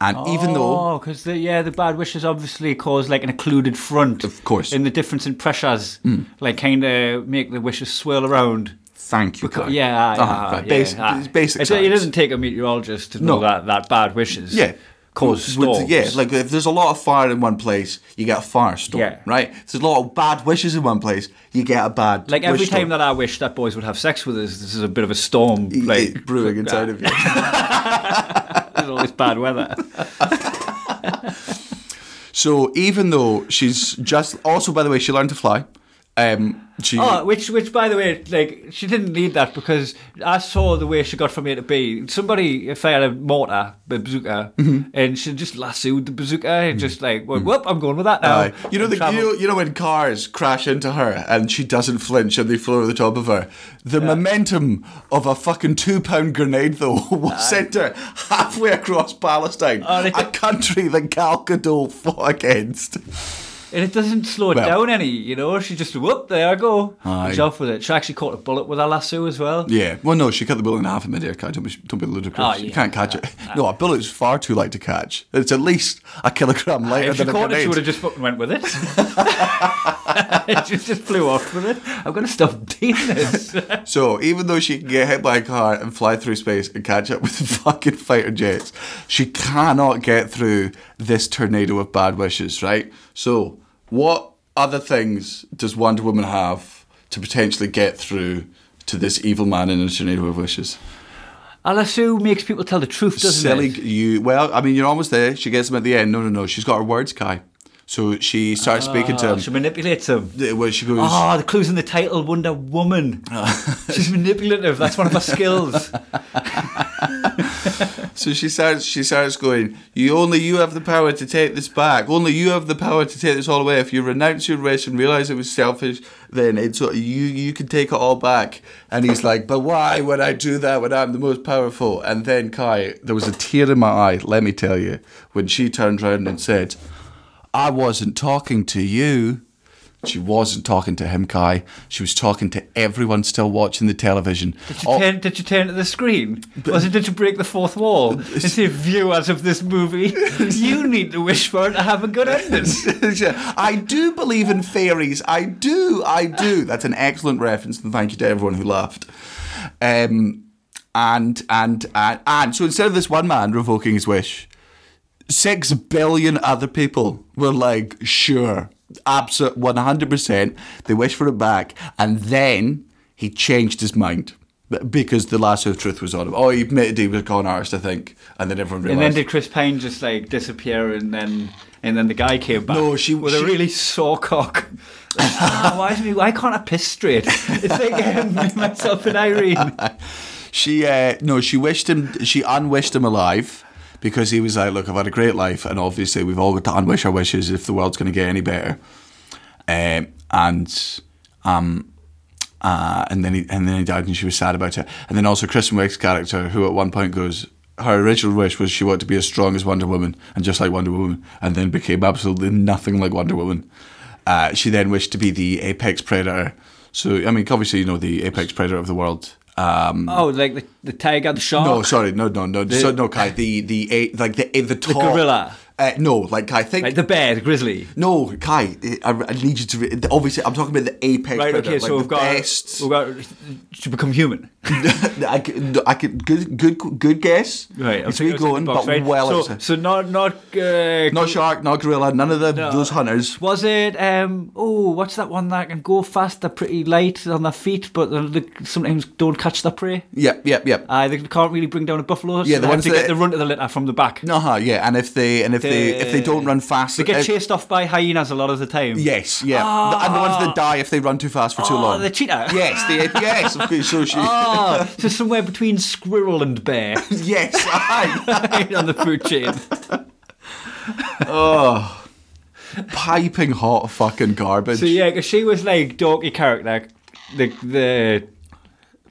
Speaker 1: and even though
Speaker 2: Oh, because the, yeah, the bad wishes obviously cause like an occluded front.
Speaker 1: Of course. Hmm.
Speaker 2: And the difference in pressures, like kind of make the wishes swirl around.
Speaker 1: Thank you.
Speaker 2: Co-
Speaker 1: Clive.
Speaker 2: Yeah, aye,
Speaker 1: Uh-huh,
Speaker 2: aye,
Speaker 1: right.
Speaker 2: yeah,
Speaker 1: Basic,
Speaker 2: aye.
Speaker 1: it's basic
Speaker 2: It, it
Speaker 1: science.
Speaker 2: doesn't take a meteorologist to know
Speaker 1: No.
Speaker 2: that, that bad wishes
Speaker 1: Yeah.
Speaker 2: cause
Speaker 1: With-
Speaker 2: storms.
Speaker 1: yeah, like if there's a lot of fire in one place, you get a firestorm,
Speaker 2: Yeah.
Speaker 1: right? If there's a lot of bad wishes in one place, you get a bad
Speaker 2: Like every
Speaker 1: wish
Speaker 2: time
Speaker 1: storm.
Speaker 2: that I wish that boys would have sex with us, this is a bit of a storm.
Speaker 1: It-
Speaker 2: Like
Speaker 1: it brewing inside of you.
Speaker 2: there's all this bad weather.
Speaker 1: So even though she's just also by the way, she learned to fly. Um, she
Speaker 2: Oh, which, which, by the way, like she didn't need that because I saw the way she got from A to B. Somebody fired a mortar, a bazooka,
Speaker 1: Mm-hmm.
Speaker 2: and she just lassoed the bazooka and just like, went, whoop, I'm going with that now.
Speaker 1: Aye. you know
Speaker 2: And
Speaker 1: the you
Speaker 2: travelled.
Speaker 1: know, you know when cars crash into her and she doesn't flinch and they fly over the top of her. The momentum of a fucking two pound grenade though was sent her halfway across Palestine,
Speaker 2: Oh, they-
Speaker 1: a country that Gal Gadot fought against.
Speaker 2: and it doesn't slow it
Speaker 1: Well.
Speaker 2: down any. You know, she just whoop, there I go.
Speaker 1: Aye.
Speaker 2: She's off with it. She actually caught a bullet with her lasso as well.
Speaker 1: Yeah. Well, no, she cut the bullet in half in midair. Kai. Don't be, don't be ludicrous.
Speaker 2: Oh,
Speaker 1: You
Speaker 2: yeah.
Speaker 1: can't catch it. No, a bullet's far too light to catch. It's at least a kilogram lighter
Speaker 2: If she
Speaker 1: than a
Speaker 2: caught it, she would
Speaker 1: grenade.
Speaker 2: have just fucking went with it. she just flew off with it. I'm going to stop doing this.
Speaker 1: So even though she can get hit by a car and fly through space and catch up with fucking fighter jets, she cannot get through this tornado of bad wishes, right? So what other things does Wonder Woman have to potentially get through to this evil man in a tornado of wishes?
Speaker 2: Alasu makes people tell the truth, doesn't
Speaker 1: Silly
Speaker 2: it?
Speaker 1: you. Well, I mean, you're almost there. She gets them at the end. No, no, no. She's got her words, Kai. So she starts speaking to
Speaker 2: Oh,
Speaker 1: him.
Speaker 2: she manipulates him.
Speaker 1: Th- Where she goes,
Speaker 2: Ah, the clues in the title, Wonder Woman. She's manipulative. That's one of her skills.
Speaker 1: so she starts. She starts going. You only you have the power to take this back. Only you have the power to take this all away. If you renounce your wish and realize it was selfish, then it's you. You can take it all back. And he's like, but why would I do that when I'm the most powerful? And then Kai, there was a tear in my eye. Let me tell you, when she turned round and said, I wasn't talking to you. She wasn't talking to him, Kai. She was talking to everyone still watching the television.
Speaker 2: Did you,
Speaker 1: All-
Speaker 2: turn, did you turn to the screen? Was it did you break the fourth wall and say, viewers of this movie, you need to wish for it to have a good ending?
Speaker 1: I do believe in fairies. I do. I do. That's an excellent reference, and thank you to everyone who laughed. Um, and and and and so instead of this one man revoking his wish, six billion other people were like, sure, absolute one hundred percent. They wish for it back, and then he changed his mind. Because the lasso of truth was on him. Oh, he admitted he was a con artist, I think, and then everyone realised.
Speaker 2: And then did Chris Pine just like disappear and then and then the guy came back?
Speaker 1: No, she-
Speaker 2: with
Speaker 1: she-
Speaker 2: a really sore cock. Like, ah, why is me? Why can't I piss straight? It's like um, me, myself and Irene.
Speaker 1: She uh, no, she wished him. She unwished him alive because he was like, "Look, I've had a great life, and obviously we've all got to unwish our wishes if the world's going to get any better." Um, and um, uh, and then he and then he died, and she was sad about it. And then also Kristen Wiig's character, who at one point goes, her original wish was she wanted to be as strong as Wonder Woman and just like Wonder Woman, and then became absolutely nothing like Wonder Woman. Uh, she then wished to be the apex predator. So I mean, obviously you know the apex predator of the world. Um,
Speaker 2: Oh, like the, the tiger, the shark.
Speaker 1: no, sorry, no, no, no, so, no, Kai. The the a, like the eh, the top
Speaker 2: gorilla.
Speaker 1: Uh, no, like Kai, think
Speaker 2: Like the bear, the grizzly.
Speaker 1: no, Kai. eh, I, I need you to re- obviously. I'm talking about the apex
Speaker 2: Right,
Speaker 1: predator,
Speaker 2: okay,
Speaker 1: like
Speaker 2: so
Speaker 1: the
Speaker 2: we've got,
Speaker 1: best.
Speaker 2: we've got to become human.
Speaker 1: I could, I could, good, good, good guess.
Speaker 2: Right, I'm
Speaker 1: it's
Speaker 2: thinking
Speaker 1: me
Speaker 2: outside the
Speaker 1: going,
Speaker 2: box,
Speaker 1: but
Speaker 2: right?
Speaker 1: well
Speaker 2: so,
Speaker 1: outside.
Speaker 2: so not not uh,
Speaker 1: Not shark, not gorilla, none of the,
Speaker 2: No.
Speaker 1: those hunters.
Speaker 2: Was it? Um, oh, what's that one that can go fast? They're pretty light on their feet, but they, they sometimes don't catch their prey.
Speaker 1: Yep, yep, yep.
Speaker 2: Uh, they can't really bring down a buffalo. So
Speaker 1: Yeah, the
Speaker 2: they
Speaker 1: ones
Speaker 2: have to
Speaker 1: that-
Speaker 2: get the run to the litter from the back.
Speaker 1: No, huh, yeah, and if they and if they if they don't run fast, uh,
Speaker 2: they get
Speaker 1: if-
Speaker 2: chased off by hyenas a lot of the time.
Speaker 1: Yes, yeah, The- and the ones that die if they run too fast for too
Speaker 2: Oh,
Speaker 1: long.
Speaker 2: Ah. the cheetah.
Speaker 1: Yes, the yes, of course. So she,
Speaker 2: Oh, so somewhere between squirrel and bear
Speaker 1: yes, aye.
Speaker 2: on the food chain.
Speaker 1: piping hot fucking garbage.
Speaker 2: So yeah, 'cause she was like dorky character, the the.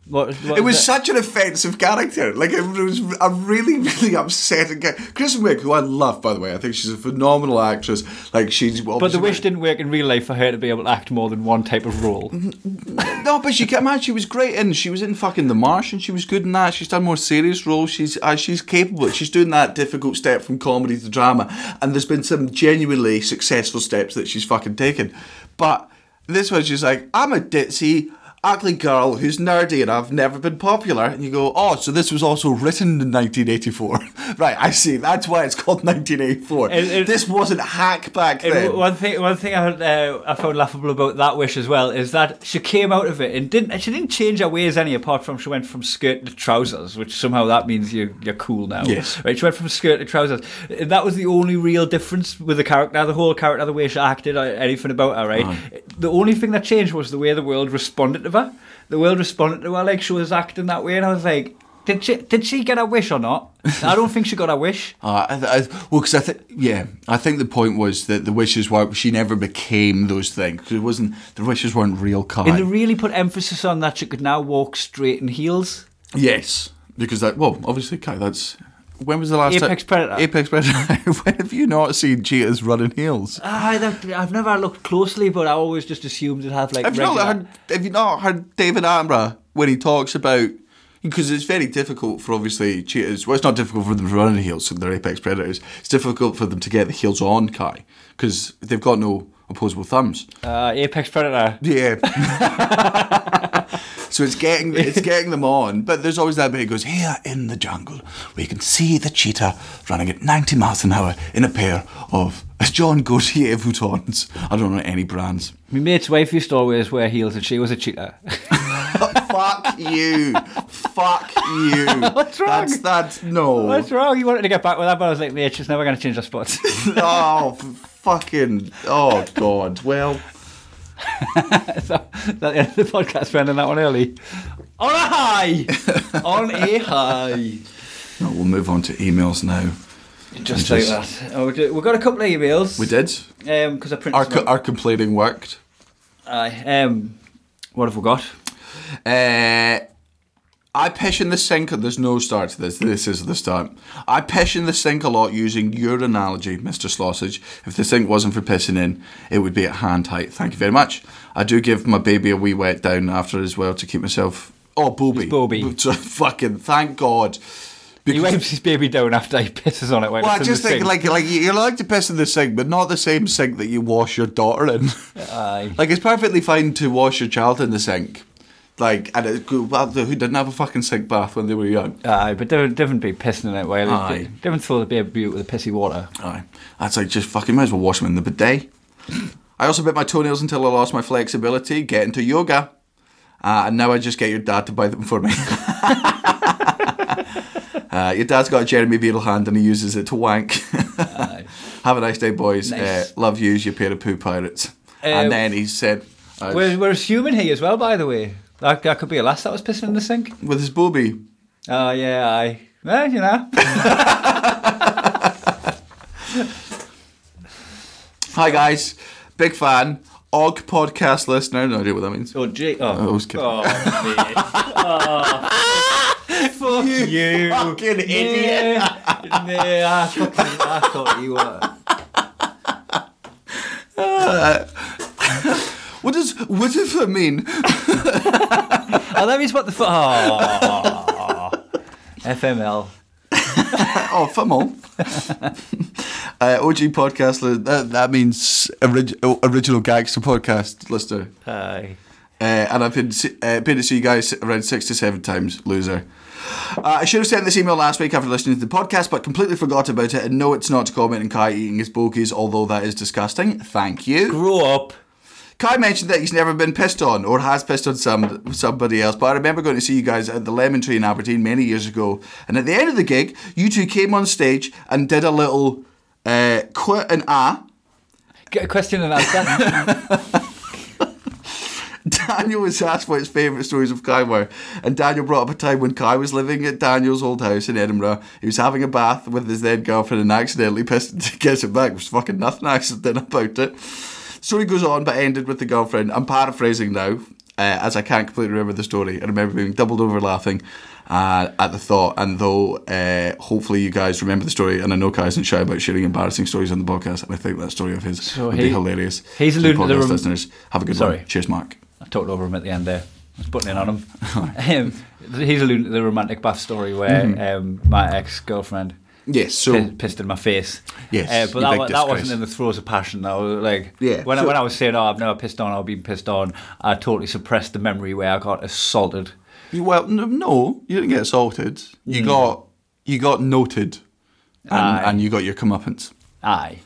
Speaker 2: What, what
Speaker 1: It was
Speaker 2: that?
Speaker 1: such an offensive character. Like it was a really, really upsetting character. Kristen Wiig, who I love, by the way, I think she's a phenomenal actress. Like she's,
Speaker 2: But the
Speaker 1: obviously-
Speaker 2: wish didn't work in real life for her to be able to act more than one type of role.
Speaker 1: No, but she can man, she was great in she was in fucking The Martian, she was good in that. She's done more serious roles. She's uh, she's capable. She's doing that difficult step from comedy to drama. And there's been some genuinely successful steps that she's fucking taken. But this one's just like, I'm a ditzy ugly girl who's nerdy and I've never been popular and you go, Oh, so this was also written in nineteen eighty four. right, I see. That's why it's called nineteen eighty four.
Speaker 2: It- it-
Speaker 1: This wasn't hack back
Speaker 2: And
Speaker 1: then.
Speaker 2: w- one thing, one thing I, uh, I found laughable about that wish as well is that she came out of it and didn't. She didn't change her ways any, apart from she went from skirt to trousers, which somehow that means you you're cool now.
Speaker 1: Yes.
Speaker 2: right. She went from skirt to trousers. And that was the only real difference with the character, the whole character, the way she acted, or anything about her. Right. The only thing that changed was the way the world responded to her. The world responded to her like she was acting that way, and I was like, did she did she get a wish or not? I don't think she got a wish.
Speaker 1: Uh, I, I, well, because I think, yeah, I think the point was that the wishes were she never became those things. 'Cause it wasn't the wishes weren't real, Kai.
Speaker 2: And they really put emphasis on that she could now walk straight in heels.
Speaker 1: yes, because that. Well, obviously, Kai. That's when was the last
Speaker 2: Apex
Speaker 1: ti-
Speaker 2: Predator.
Speaker 1: Apex Predator. when have you not seen cheetahs running heels?
Speaker 2: Ah, that, I've never looked closely, but I always just assumed it had like.
Speaker 1: Have you
Speaker 2: regular-
Speaker 1: not heard? Have you not heard David Attenborough when he talks about? Because it's very difficult for obviously cheetahs. Well, it's not difficult for them to run in heels, so they're apex predators. It's difficult for them to get the heels on, Kai, because they've got no opposable thumbs.
Speaker 2: Uh, Apex Predator.
Speaker 1: Yeah. so it's getting it's getting them on, but there's always that bit. It goes here in the jungle, we can see the cheetah running at 90 miles an hour in a pair of John Gautier Voutons. I don't know any brands.
Speaker 2: My mate's wife used to always wear heels, and she was a cheater.
Speaker 1: Fuck you. Fuck you. What's
Speaker 2: wrong?
Speaker 1: That's that's no.
Speaker 2: What's wrong? You wanted to get back with that, but I was like, mate, she's never going to change her spots.
Speaker 1: oh f- fucking oh god. Well
Speaker 2: so, is that the end of the podcast. We're ending that one early. On a high. On a high.
Speaker 1: no, we'll move on to emails now.
Speaker 2: Just
Speaker 1: I'm
Speaker 2: like
Speaker 1: just-
Speaker 2: that. Oh, we do- we've got a couple of emails.
Speaker 1: We did.
Speaker 2: Because I printed
Speaker 1: Our,
Speaker 2: them
Speaker 1: co-
Speaker 2: out.
Speaker 1: our complaining worked.
Speaker 2: Aye, um, what have we got?
Speaker 1: Uh, I piss in the sink. There's no start to this. This is the start. I piss in the sink a lot using your analogy, Mr. Sausage. If the sink wasn't for pissing in, it would be at hand height. Thank you very much. I do give my baby a wee wet down after as well to keep myself. Oh, Bobby.
Speaker 2: Bobby.
Speaker 1: So fucking thank God.
Speaker 2: He
Speaker 1: Because-
Speaker 2: wipes his baby down after he pisses on it. When
Speaker 1: well, I
Speaker 2: it's in
Speaker 1: just
Speaker 2: the
Speaker 1: think like
Speaker 2: sink.
Speaker 1: like you like to piss in the sink, but not the same sink that you wash your daughter in.
Speaker 2: Aye.
Speaker 1: Like it's perfectly fine to wash your child in the sink. Like and it, well, who didn't have a fucking sink bath when they were young?
Speaker 2: Aye, but different, different be pissing in it while
Speaker 1: Aye.
Speaker 2: different throw the baby out with the pissy water.
Speaker 1: Aye, that's like just fucking might as well wash them in the bidet. I also bit my toenails until I lost my flexibility. Get into yoga, uh, and now I just get your dad to buy them for me. uh, your dad's got a Jeremy Beadle hand and he uses it to wank. Have a nice day, boys.
Speaker 2: Nice.
Speaker 1: Uh, love yous, you pair of poo pirates.
Speaker 2: Uh,
Speaker 1: and then he said, uh,
Speaker 2: We're, we're assuming he as well, by the way. That, that could be a lass that was pissing in the sink.
Speaker 1: with his booby.
Speaker 2: Oh yeah, aye. Well, you know.
Speaker 1: Hi guys, big fan, Og podcast listener. No idea what that means.
Speaker 2: oh gee.
Speaker 1: I
Speaker 2: Oh,
Speaker 1: was kidding.
Speaker 2: oh, mate. Fuck you,
Speaker 1: fucking idiot.
Speaker 2: Nah, nah, I, fucking, I thought you were.
Speaker 1: What does whatever mean?
Speaker 2: Oh, that means what the fuck. Oh. FML.
Speaker 1: oh, come on. uh, OG podcast, li- that, that means orig- original gangster podcast listener.
Speaker 2: Aye.
Speaker 1: Uh, and I've been, se- uh, been to see you guys around six to seven times, loser. Uh, I should have sent this email last week after listening to the podcast, but completely forgot about it. And no, it's not commenting Kai eating his bogies, although that is disgusting. Thank you.
Speaker 2: Grow up.
Speaker 1: Kai mentioned that he's never been pissed on or has pissed on some somebody else, but I remember going to see you guys at the Lemon Tree in Aberdeen many years ago. And at the end of the gig, you two came on stage and did a little uh, quit and ah.
Speaker 2: Get a question and answer.
Speaker 1: Daniel was asked what his favourite stories of Kai were, and Daniel brought up a time when Kai was living at Daniel's old house in Edinburgh. He was having a bath with his then girlfriend and accidentally pissed to get it back. There was fucking nothing accident about it. Story goes on, but ended with the girlfriend. I'm paraphrasing now, uh, as I can't completely remember the story. I remember being doubled over laughing uh, at the thought, and though uh, hopefully you guys remember the story, and I know Kai isn't shy about sharing embarrassing stories on the podcast, and I think that story of his
Speaker 2: So
Speaker 1: would
Speaker 2: he-
Speaker 1: be hilarious.
Speaker 2: he's
Speaker 1: the
Speaker 2: alluding to the
Speaker 1: podcast
Speaker 2: rem-
Speaker 1: listeners. Have a good
Speaker 2: Sorry.
Speaker 1: one. Cheers, Mark.
Speaker 2: I talked over him at the end there. I was putting in on him. um, he's alluding to the romantic bath story where
Speaker 1: Mm-hmm.
Speaker 2: um, my ex girlfriend
Speaker 1: Yes, so
Speaker 2: pissed in my face.
Speaker 1: Yes,
Speaker 2: Uh, but
Speaker 1: you
Speaker 2: that,
Speaker 1: big
Speaker 2: wa- that
Speaker 1: disgrace.
Speaker 2: wasn't in the throes of passion, though. Like,
Speaker 1: Yeah,
Speaker 2: when, I,
Speaker 1: so-
Speaker 2: when I was saying, oh, I've never pissed on, I've been pissed on, I totally suppressed the memory where I got assaulted.
Speaker 1: You- well, n- no, you didn't get assaulted. You got you got noted, and,
Speaker 2: Aye.
Speaker 1: and you got your comeuppance.
Speaker 2: Aye.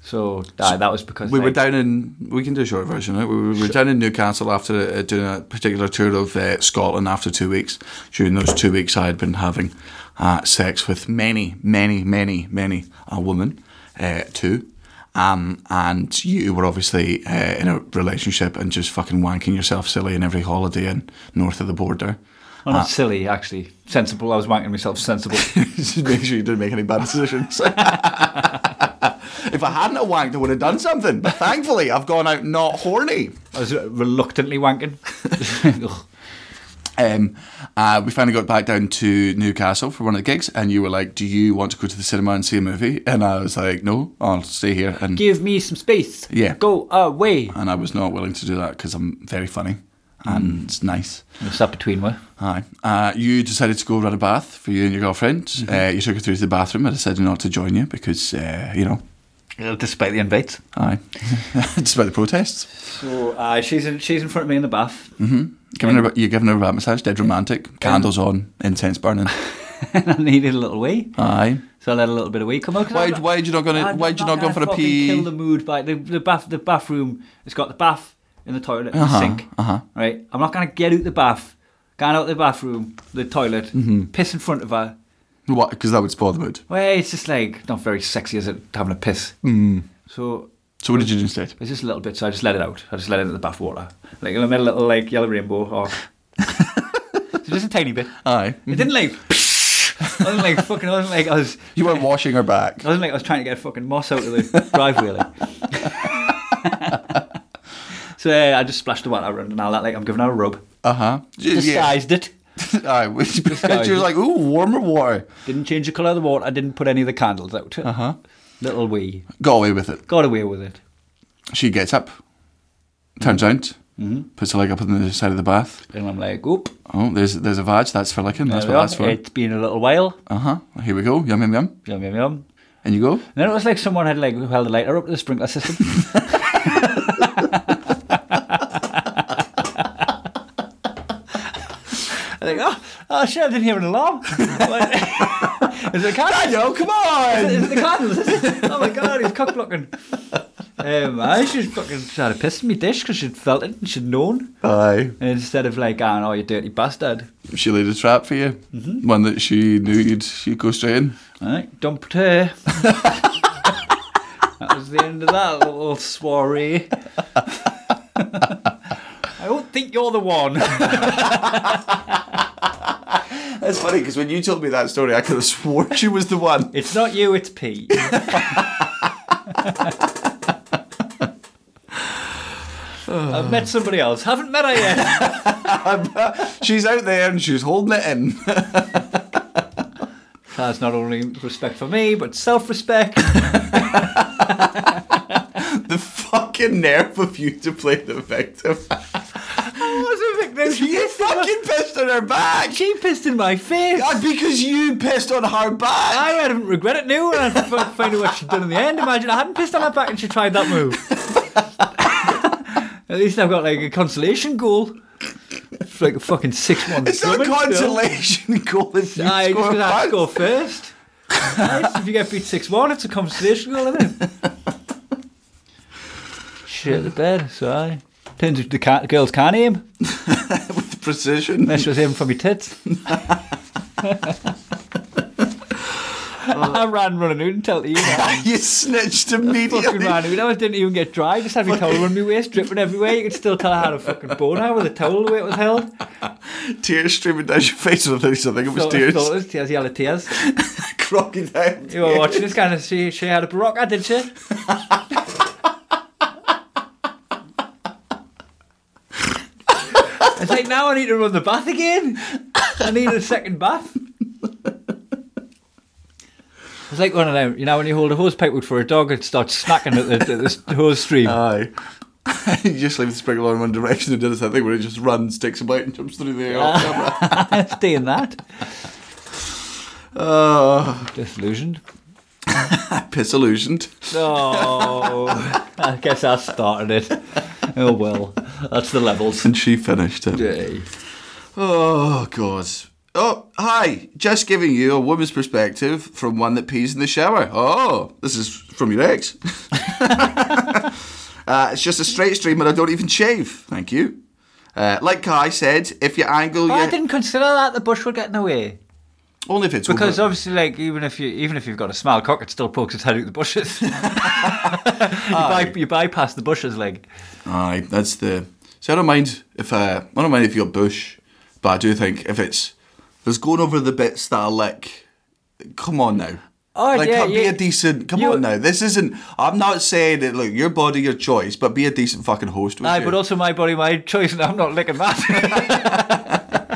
Speaker 2: So, aye, that was because
Speaker 1: We were
Speaker 2: like,
Speaker 1: down in. We can do a short version. Right? We were, we were down in Newcastle after uh, doing a particular tour of uh, Scotland after two weeks. During those two weeks, I had been having uh, sex with many, many, many, many a woman, uh, too. Um, and you were obviously uh, in a relationship and just fucking wanking yourself silly in every holiday in north of the border.
Speaker 2: well,
Speaker 1: Ah.
Speaker 2: not silly, actually. Sensible. I was wanking myself sensible.
Speaker 1: Just make sure you didn't make any bad decisions. if I hadn't have wanked, I would have done something. But thankfully, I've gone out not horny.
Speaker 2: I was reluctantly wanking. Ugh.
Speaker 1: Um, uh, we finally got back down to Newcastle for one of the gigs, and you were like, "Do you want to go to the cinema and see a movie?" And I was like, "No, I'll stay here." And
Speaker 2: Give me some space.
Speaker 1: Yeah.
Speaker 2: Go away.
Speaker 1: and I was not willing to do that because I'm very funny and nice.
Speaker 2: What's that between we?
Speaker 1: Hi. Uh, you decided to go run a bath for you and your girlfriend. Uh, you took her through to the bathroom. I decided not to join you because, uh, you know,
Speaker 2: Despite the invites.
Speaker 1: aye. Despite the protests.
Speaker 2: So, uh, she's, in, she's in front of me in the bath.
Speaker 1: Giving her, you're giving her a back massage, dead romantic, candles on, incense burning.
Speaker 2: and I needed a little wee.
Speaker 1: Aye.
Speaker 2: So I let a little bit of wee come out. 'cause
Speaker 1: Why,
Speaker 2: I'm-
Speaker 1: why did you not go?
Speaker 2: I'm
Speaker 1: Why did you not go
Speaker 2: gonna
Speaker 1: for a
Speaker 2: fucking Kill the
Speaker 1: pee?
Speaker 2: mood by the, the bath. The bathroom. It's got the bath in the toilet, and
Speaker 1: Uh-huh,
Speaker 2: the sink.
Speaker 1: uh-huh.
Speaker 2: Right. I'm not gonna get out the bath. Going out the bathroom, the toilet,
Speaker 1: Mm-hmm.
Speaker 2: piss in front of her.
Speaker 1: What? Because that would spoil the mood.
Speaker 2: Well, it's just like not very sexy, is it? Having a piss. So
Speaker 1: So what did you do instead?
Speaker 2: it's just a little bit. So I just let it out. I just let it in the bath water. Like I made a little like yellow rainbow. Or... so just a tiny bit.
Speaker 1: Aye.
Speaker 2: It didn't like. I wasn't like fucking. I wasn't like I was.
Speaker 1: You weren't washing her back.
Speaker 2: I wasn't like I was trying to get fucking moss out of the driveway. Like. so uh, I just splashed the water around and all that. Like I'm giving her a rub.
Speaker 1: Uh huh. Yeah.
Speaker 2: Disguised it.
Speaker 1: Aye. She was like, ooh, warmer water.
Speaker 2: Didn't change the colour of the water. I didn't put any of the candles out. Uh huh. Little wee.
Speaker 1: Got away with it.
Speaker 2: Got away with it.
Speaker 1: She gets up, turns out,
Speaker 2: Mm-hmm.
Speaker 1: puts her leg up on the side of the bath.
Speaker 2: And I'm like, oop.
Speaker 1: Oh, there's there's a vag. That's for licking. That's
Speaker 2: there we
Speaker 1: what that's
Speaker 2: are.
Speaker 1: for.
Speaker 2: It's been a little while.
Speaker 1: Uh huh. Here we go. Yum yum yum.
Speaker 2: Yum yum yum.
Speaker 1: And you go.
Speaker 2: And then it was like someone had like held a lighter up to the sprinkler system. I think, oh, oh shit, I didn't hear an alarm. is it a candle?
Speaker 1: Daniel, come on.
Speaker 2: Is it- is it the candles? Is it? Oh my god, he's cock blocking. Um, I should fucking try to piss in my dish because she'd felt it and she'd known.
Speaker 1: Aye.
Speaker 2: And instead of like, going, oh, you dirty bastard.
Speaker 1: She laid a trap for you. One that she knew you'd you'd go straight in.
Speaker 2: Right, dumped her. that was the end of that little soiree. I don't think you're the one.
Speaker 1: That's funny because when you told me that story, I could have sworn she was the one.
Speaker 2: It's not you, it's Pete. I've met somebody else. Haven't met her yet.
Speaker 1: She's out there and she's holding it in.
Speaker 2: has not only respect for me, but self respect.
Speaker 1: The fucking nerve of you to play the victim.
Speaker 2: Oh,
Speaker 1: you fucking pissed on her back.
Speaker 2: She pissed in my face.
Speaker 1: God, because you pissed on her back.
Speaker 2: I didn't regret it now, and I f- found out what she'd done in the end. Imagine I hadn't pissed on her back and she tried that move. At least I've got like a consolation goal. It's like a fucking six one.
Speaker 1: It's not a consolation goal if you
Speaker 2: I just
Speaker 1: score
Speaker 2: gonna have to
Speaker 1: first.
Speaker 2: score first. Nice, if you get beat six one, it's a consolation goal, isn't it? Shit the bed, so I turns out the, ca- girls can't aim
Speaker 1: with precision.
Speaker 2: unless she was aiming for me tits. I ran running out and told you. that.
Speaker 1: you snitched
Speaker 2: fucking
Speaker 1: immediately.
Speaker 2: ran out. I didn't even get dry. Just had my towel around my waist, dripping everywhere. You could still tell I had a fucking boner with a towel the way it was held.
Speaker 1: Tears streaming down your face. I think, I think it was tears.
Speaker 2: Thought it was tears, yellow tears.
Speaker 1: Crocodile.
Speaker 2: You were
Speaker 1: tears.
Speaker 2: watching this kind of she, she had a barocca, did she? it's like now I need to run the bath again. I need a second bath. It's like one of them, you know, when you hold a hose pipe out for a dog, it starts snacking at the, at the hose stream.
Speaker 1: Aye. you just leave the sprinkler in one direction and does that thing where it just runs, takes a bite, and jumps through the air. off camera.
Speaker 2: it's doing that.
Speaker 1: Oh,
Speaker 2: Disillusioned.
Speaker 1: piss illusioned.
Speaker 2: No, I guess I started it. Oh well, that's the levels.
Speaker 1: And she finished it.
Speaker 2: Day.
Speaker 1: Oh, God. Oh, hi. Just giving you a woman's perspective from one that pees in the shower. Oh, this is from your ex. uh, it's just a straight stream and I don't even shave. Thank you. Uh, like Kai said, if you angle
Speaker 2: I
Speaker 1: your...
Speaker 2: didn't consider that the bush were getting away
Speaker 1: Only if it's
Speaker 2: because
Speaker 1: over.
Speaker 2: obviously, like even if you even if you've got a small cock, it still pokes its head out the bushes. you, by, you bypass the bushes, like
Speaker 1: Aye, that's the. See, I don't mind if uh, I don't mind if you're bush, but I do think if it's if it's going over the bits that I lick. Come on now.
Speaker 2: Oh,
Speaker 1: like,
Speaker 2: yeah,
Speaker 1: come- be
Speaker 2: yeah.
Speaker 1: a decent. Come
Speaker 2: You-
Speaker 1: on now. This isn't. I'm not saying that. Look, your body, your choice, but be a decent fucking host. With
Speaker 2: aye, but also my body, my choice, and I'm not licking that.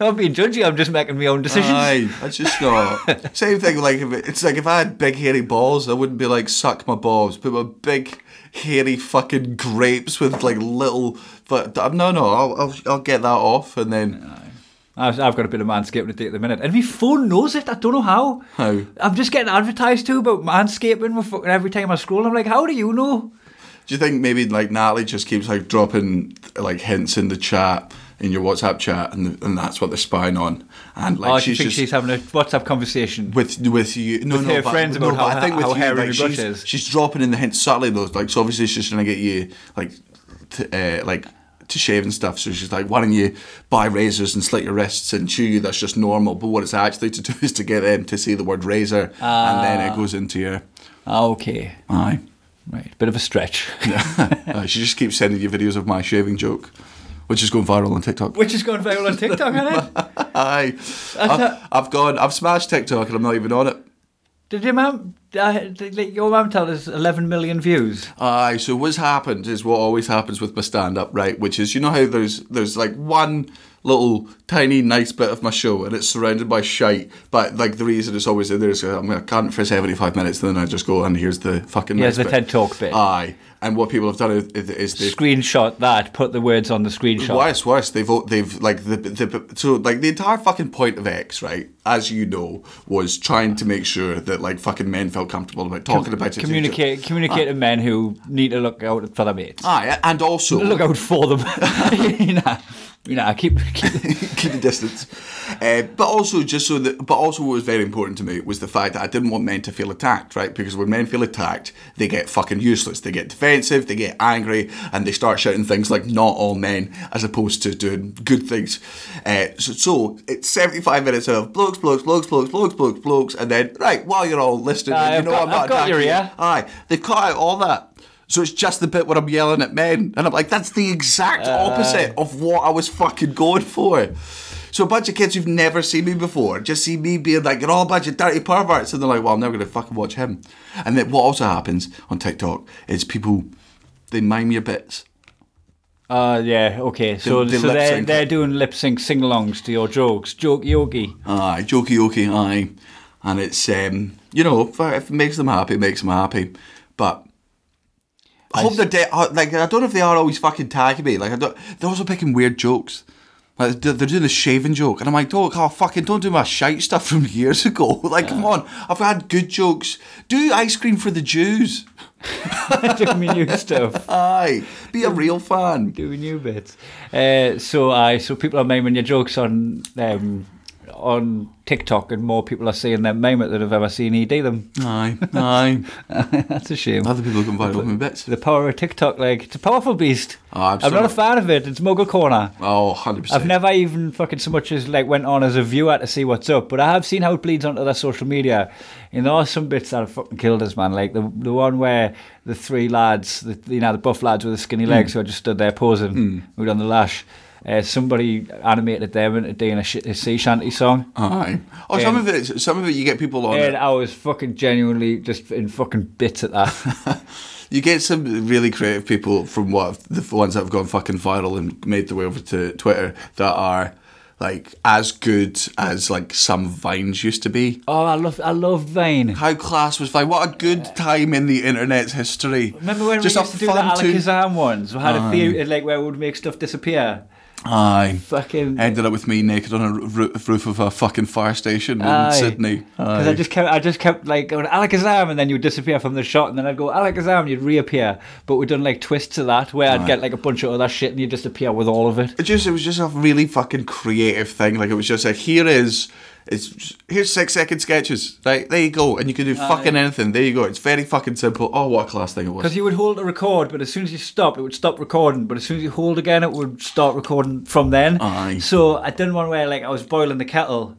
Speaker 2: not being judgy, I'm just making my own decisions.
Speaker 1: Aye, that's just not. Same thing. Like if it, it's like if I had big hairy balls, I wouldn't be like suck my balls, but my big hairy fucking grapes with like little. But no, no, I'll I'll, I'll get that off and then.
Speaker 2: I've, I've got a bit of manscaping to do at the minute, and my phone knows it. I don't know how.
Speaker 1: How?
Speaker 2: I'm just getting advertised to about manscaping. With fucking every time I scroll, I'm like, how do you know?
Speaker 1: Do you think maybe like Natalie just keeps like dropping like hints in the chat in your WhatsApp chat, and and that's what they're spying on? And like
Speaker 2: oh, she
Speaker 1: she's
Speaker 2: thinks
Speaker 1: just
Speaker 2: she's having a WhatsApp conversation.
Speaker 1: with with you, no,
Speaker 2: with
Speaker 1: no,
Speaker 2: her
Speaker 1: but-
Speaker 2: friends
Speaker 1: no,
Speaker 2: about
Speaker 1: but
Speaker 2: how-
Speaker 1: I think with
Speaker 2: how
Speaker 1: you,
Speaker 2: hairy
Speaker 1: like,
Speaker 2: your bush
Speaker 1: she's,
Speaker 2: is.
Speaker 1: she's dropping in the hints subtly though. Like so, obviously she's trying to get you like to, uh, like to shave and stuff. So she's like, why don't you buy razors and slit your wrists and chew you? That's just normal. But what it's actually to do is to get them to say the word razor, and then it goes into your
Speaker 2: Ah, okay,
Speaker 1: eye.
Speaker 2: right, bit of a stretch.
Speaker 1: Uh, she just keeps sending you videos of my shaving joke, which is going viral on TikTok.
Speaker 2: Which is going viral on TikTok, isn't it?
Speaker 1: Aye. I've, I've gone, I've smashed TikTok and I'm not even on it.
Speaker 2: Did your mum? Uh, did, like, your mum tell us 11 million views.
Speaker 1: Aye, so what's happened is what always happens with my stand up, right? Which is, you know how there's there's like one little tiny nice bit of my show and it's surrounded by shite, but like the reason it's always in there is 'cause I'm going to cunt for 75 minutes and then I just go and here's the fucking
Speaker 2: Here's
Speaker 1: nice
Speaker 2: the
Speaker 1: bit.
Speaker 2: TED Talk bit.
Speaker 1: Aye. And what people have done is, is they've
Speaker 2: Screenshot that. Put the words on the screenshot.
Speaker 1: Worse, worse. They've o- they've like the, the so like the entire fucking point of X, right? As you know, was trying to make sure that like fucking men felt comfortable about talking about it. Ah. to each other.
Speaker 2: Communicate, communicate to men who need to look out for their mates.
Speaker 1: Aye, and also
Speaker 2: Look out for them. you know, you know. Keep, keep
Speaker 1: keep the distance. Uh, but also, just so that, but also, what was very important to me was the fact that I didn't want men to feel attacked, right? Because when men feel attacked, they get fucking useless. They get defensive, they get angry, and they start shouting things like "not all men," as opposed to doing good things. Uh, so, so it's seventy-five minutes of blokes, blokes, blokes, blokes, blokes, blokes, blokes, and then right while you're all listening, and
Speaker 2: Aye,
Speaker 1: you
Speaker 2: I've
Speaker 1: know
Speaker 2: got-
Speaker 1: I'm not
Speaker 2: I've got your
Speaker 1: attacking you.
Speaker 2: ear.
Speaker 1: Aye, they've cut out all that. So it's just the bit where I'm yelling at men, and I'm like, that's the exact opposite of what I was fucking going for. So a bunch of kids who've never seen me before just see me being like, you're all a bunch of dirty perverts, and they're like, well, I'm never gonna fucking watch him. And then what also happens on TikTok is people they mime your bits.
Speaker 2: Uh, yeah, okay. So,
Speaker 1: They- they
Speaker 2: so they're,
Speaker 1: lip-sync.
Speaker 2: they're doing lip sync sing alongs to your jokes. Joke Yogi.
Speaker 1: Aye, jokey okey, aye. And it's, um, you know, if if it makes them happy, it makes them happy. But I, hope they're, de- uh, like, I don't know if they are always fucking tagging me. Like, I don't, they're also picking weird jokes. Like, they're they're doing the shaving joke. And I'm like, oh, oh, fucking don't do my shite stuff from years ago. like, come on. I've had good jokes. Do ice cream for the Jews.
Speaker 2: Doing me new stuff.
Speaker 1: Aye. Be a real fan.
Speaker 2: Doing new bits. Uh, so, I so people are miming your jokes on um, on TikTok, and more people are seeing them mime it than have ever seen ED them.
Speaker 1: Aye, aye.
Speaker 2: That's a shame.
Speaker 1: Other people can viral me bits.
Speaker 2: The power of TikTok, like it's a powerful beast.
Speaker 1: Oh, I'm
Speaker 2: I'm not
Speaker 1: sorry.
Speaker 2: a fan of it. It's Muggle Corner.
Speaker 1: Oh, 100%.
Speaker 2: I've never even fucking so much as like went on as a viewer to see what's up, but I have seen how it bleeds onto their social media. And there are some bits that have fucking killed us, man. Like the the one where the three lads, the, you know, the buff lads with the skinny legs who are just stood there posing, who'd on the lash. Uh, somebody animated them into doing a, sh- a sea shanty song.
Speaker 1: Aye. Oh, some of it, some of it, you get people on.
Speaker 2: And I was fucking genuinely just in fucking bits at that.
Speaker 1: You get some really creative people from what the ones that have gone fucking viral and made their way over to Twitter that are like as good as like some vines used to be.
Speaker 2: oh, I love I love Vine.
Speaker 1: How class was Vine? What a good time in the internet's history.
Speaker 2: Remember when
Speaker 1: Just
Speaker 2: we
Speaker 1: a
Speaker 2: used to do the
Speaker 1: fun tune-
Speaker 2: Alakazam ones? We had a theory like where we'd make stuff disappear.
Speaker 1: Aye.
Speaker 2: Fucking
Speaker 1: Ended up with me naked on a ro- roof of a fucking fire station in Sydney.
Speaker 2: Because I just kept, I just kept like going Alakazam, and then you'd disappear from the shot, and then I'd go Alakazam, and you'd reappear. But we'd done like twists of that, where I'd get like a bunch of other shit, and you'd just appear with all of it.
Speaker 1: It just it was just a really fucking creative thing. Like it was just like here is it's here's six second sketches. Right there you go, and you can do fucking anything. There you go. It's very fucking simple. Oh, what a class thing it
Speaker 2: Because
Speaker 1: was.
Speaker 2: you would hold to record, but as soon as you stopped, it would stop recording. But as soon as you hold again, it would start recording from then.
Speaker 1: Aye.
Speaker 2: So I done one where like I was boiling the kettle,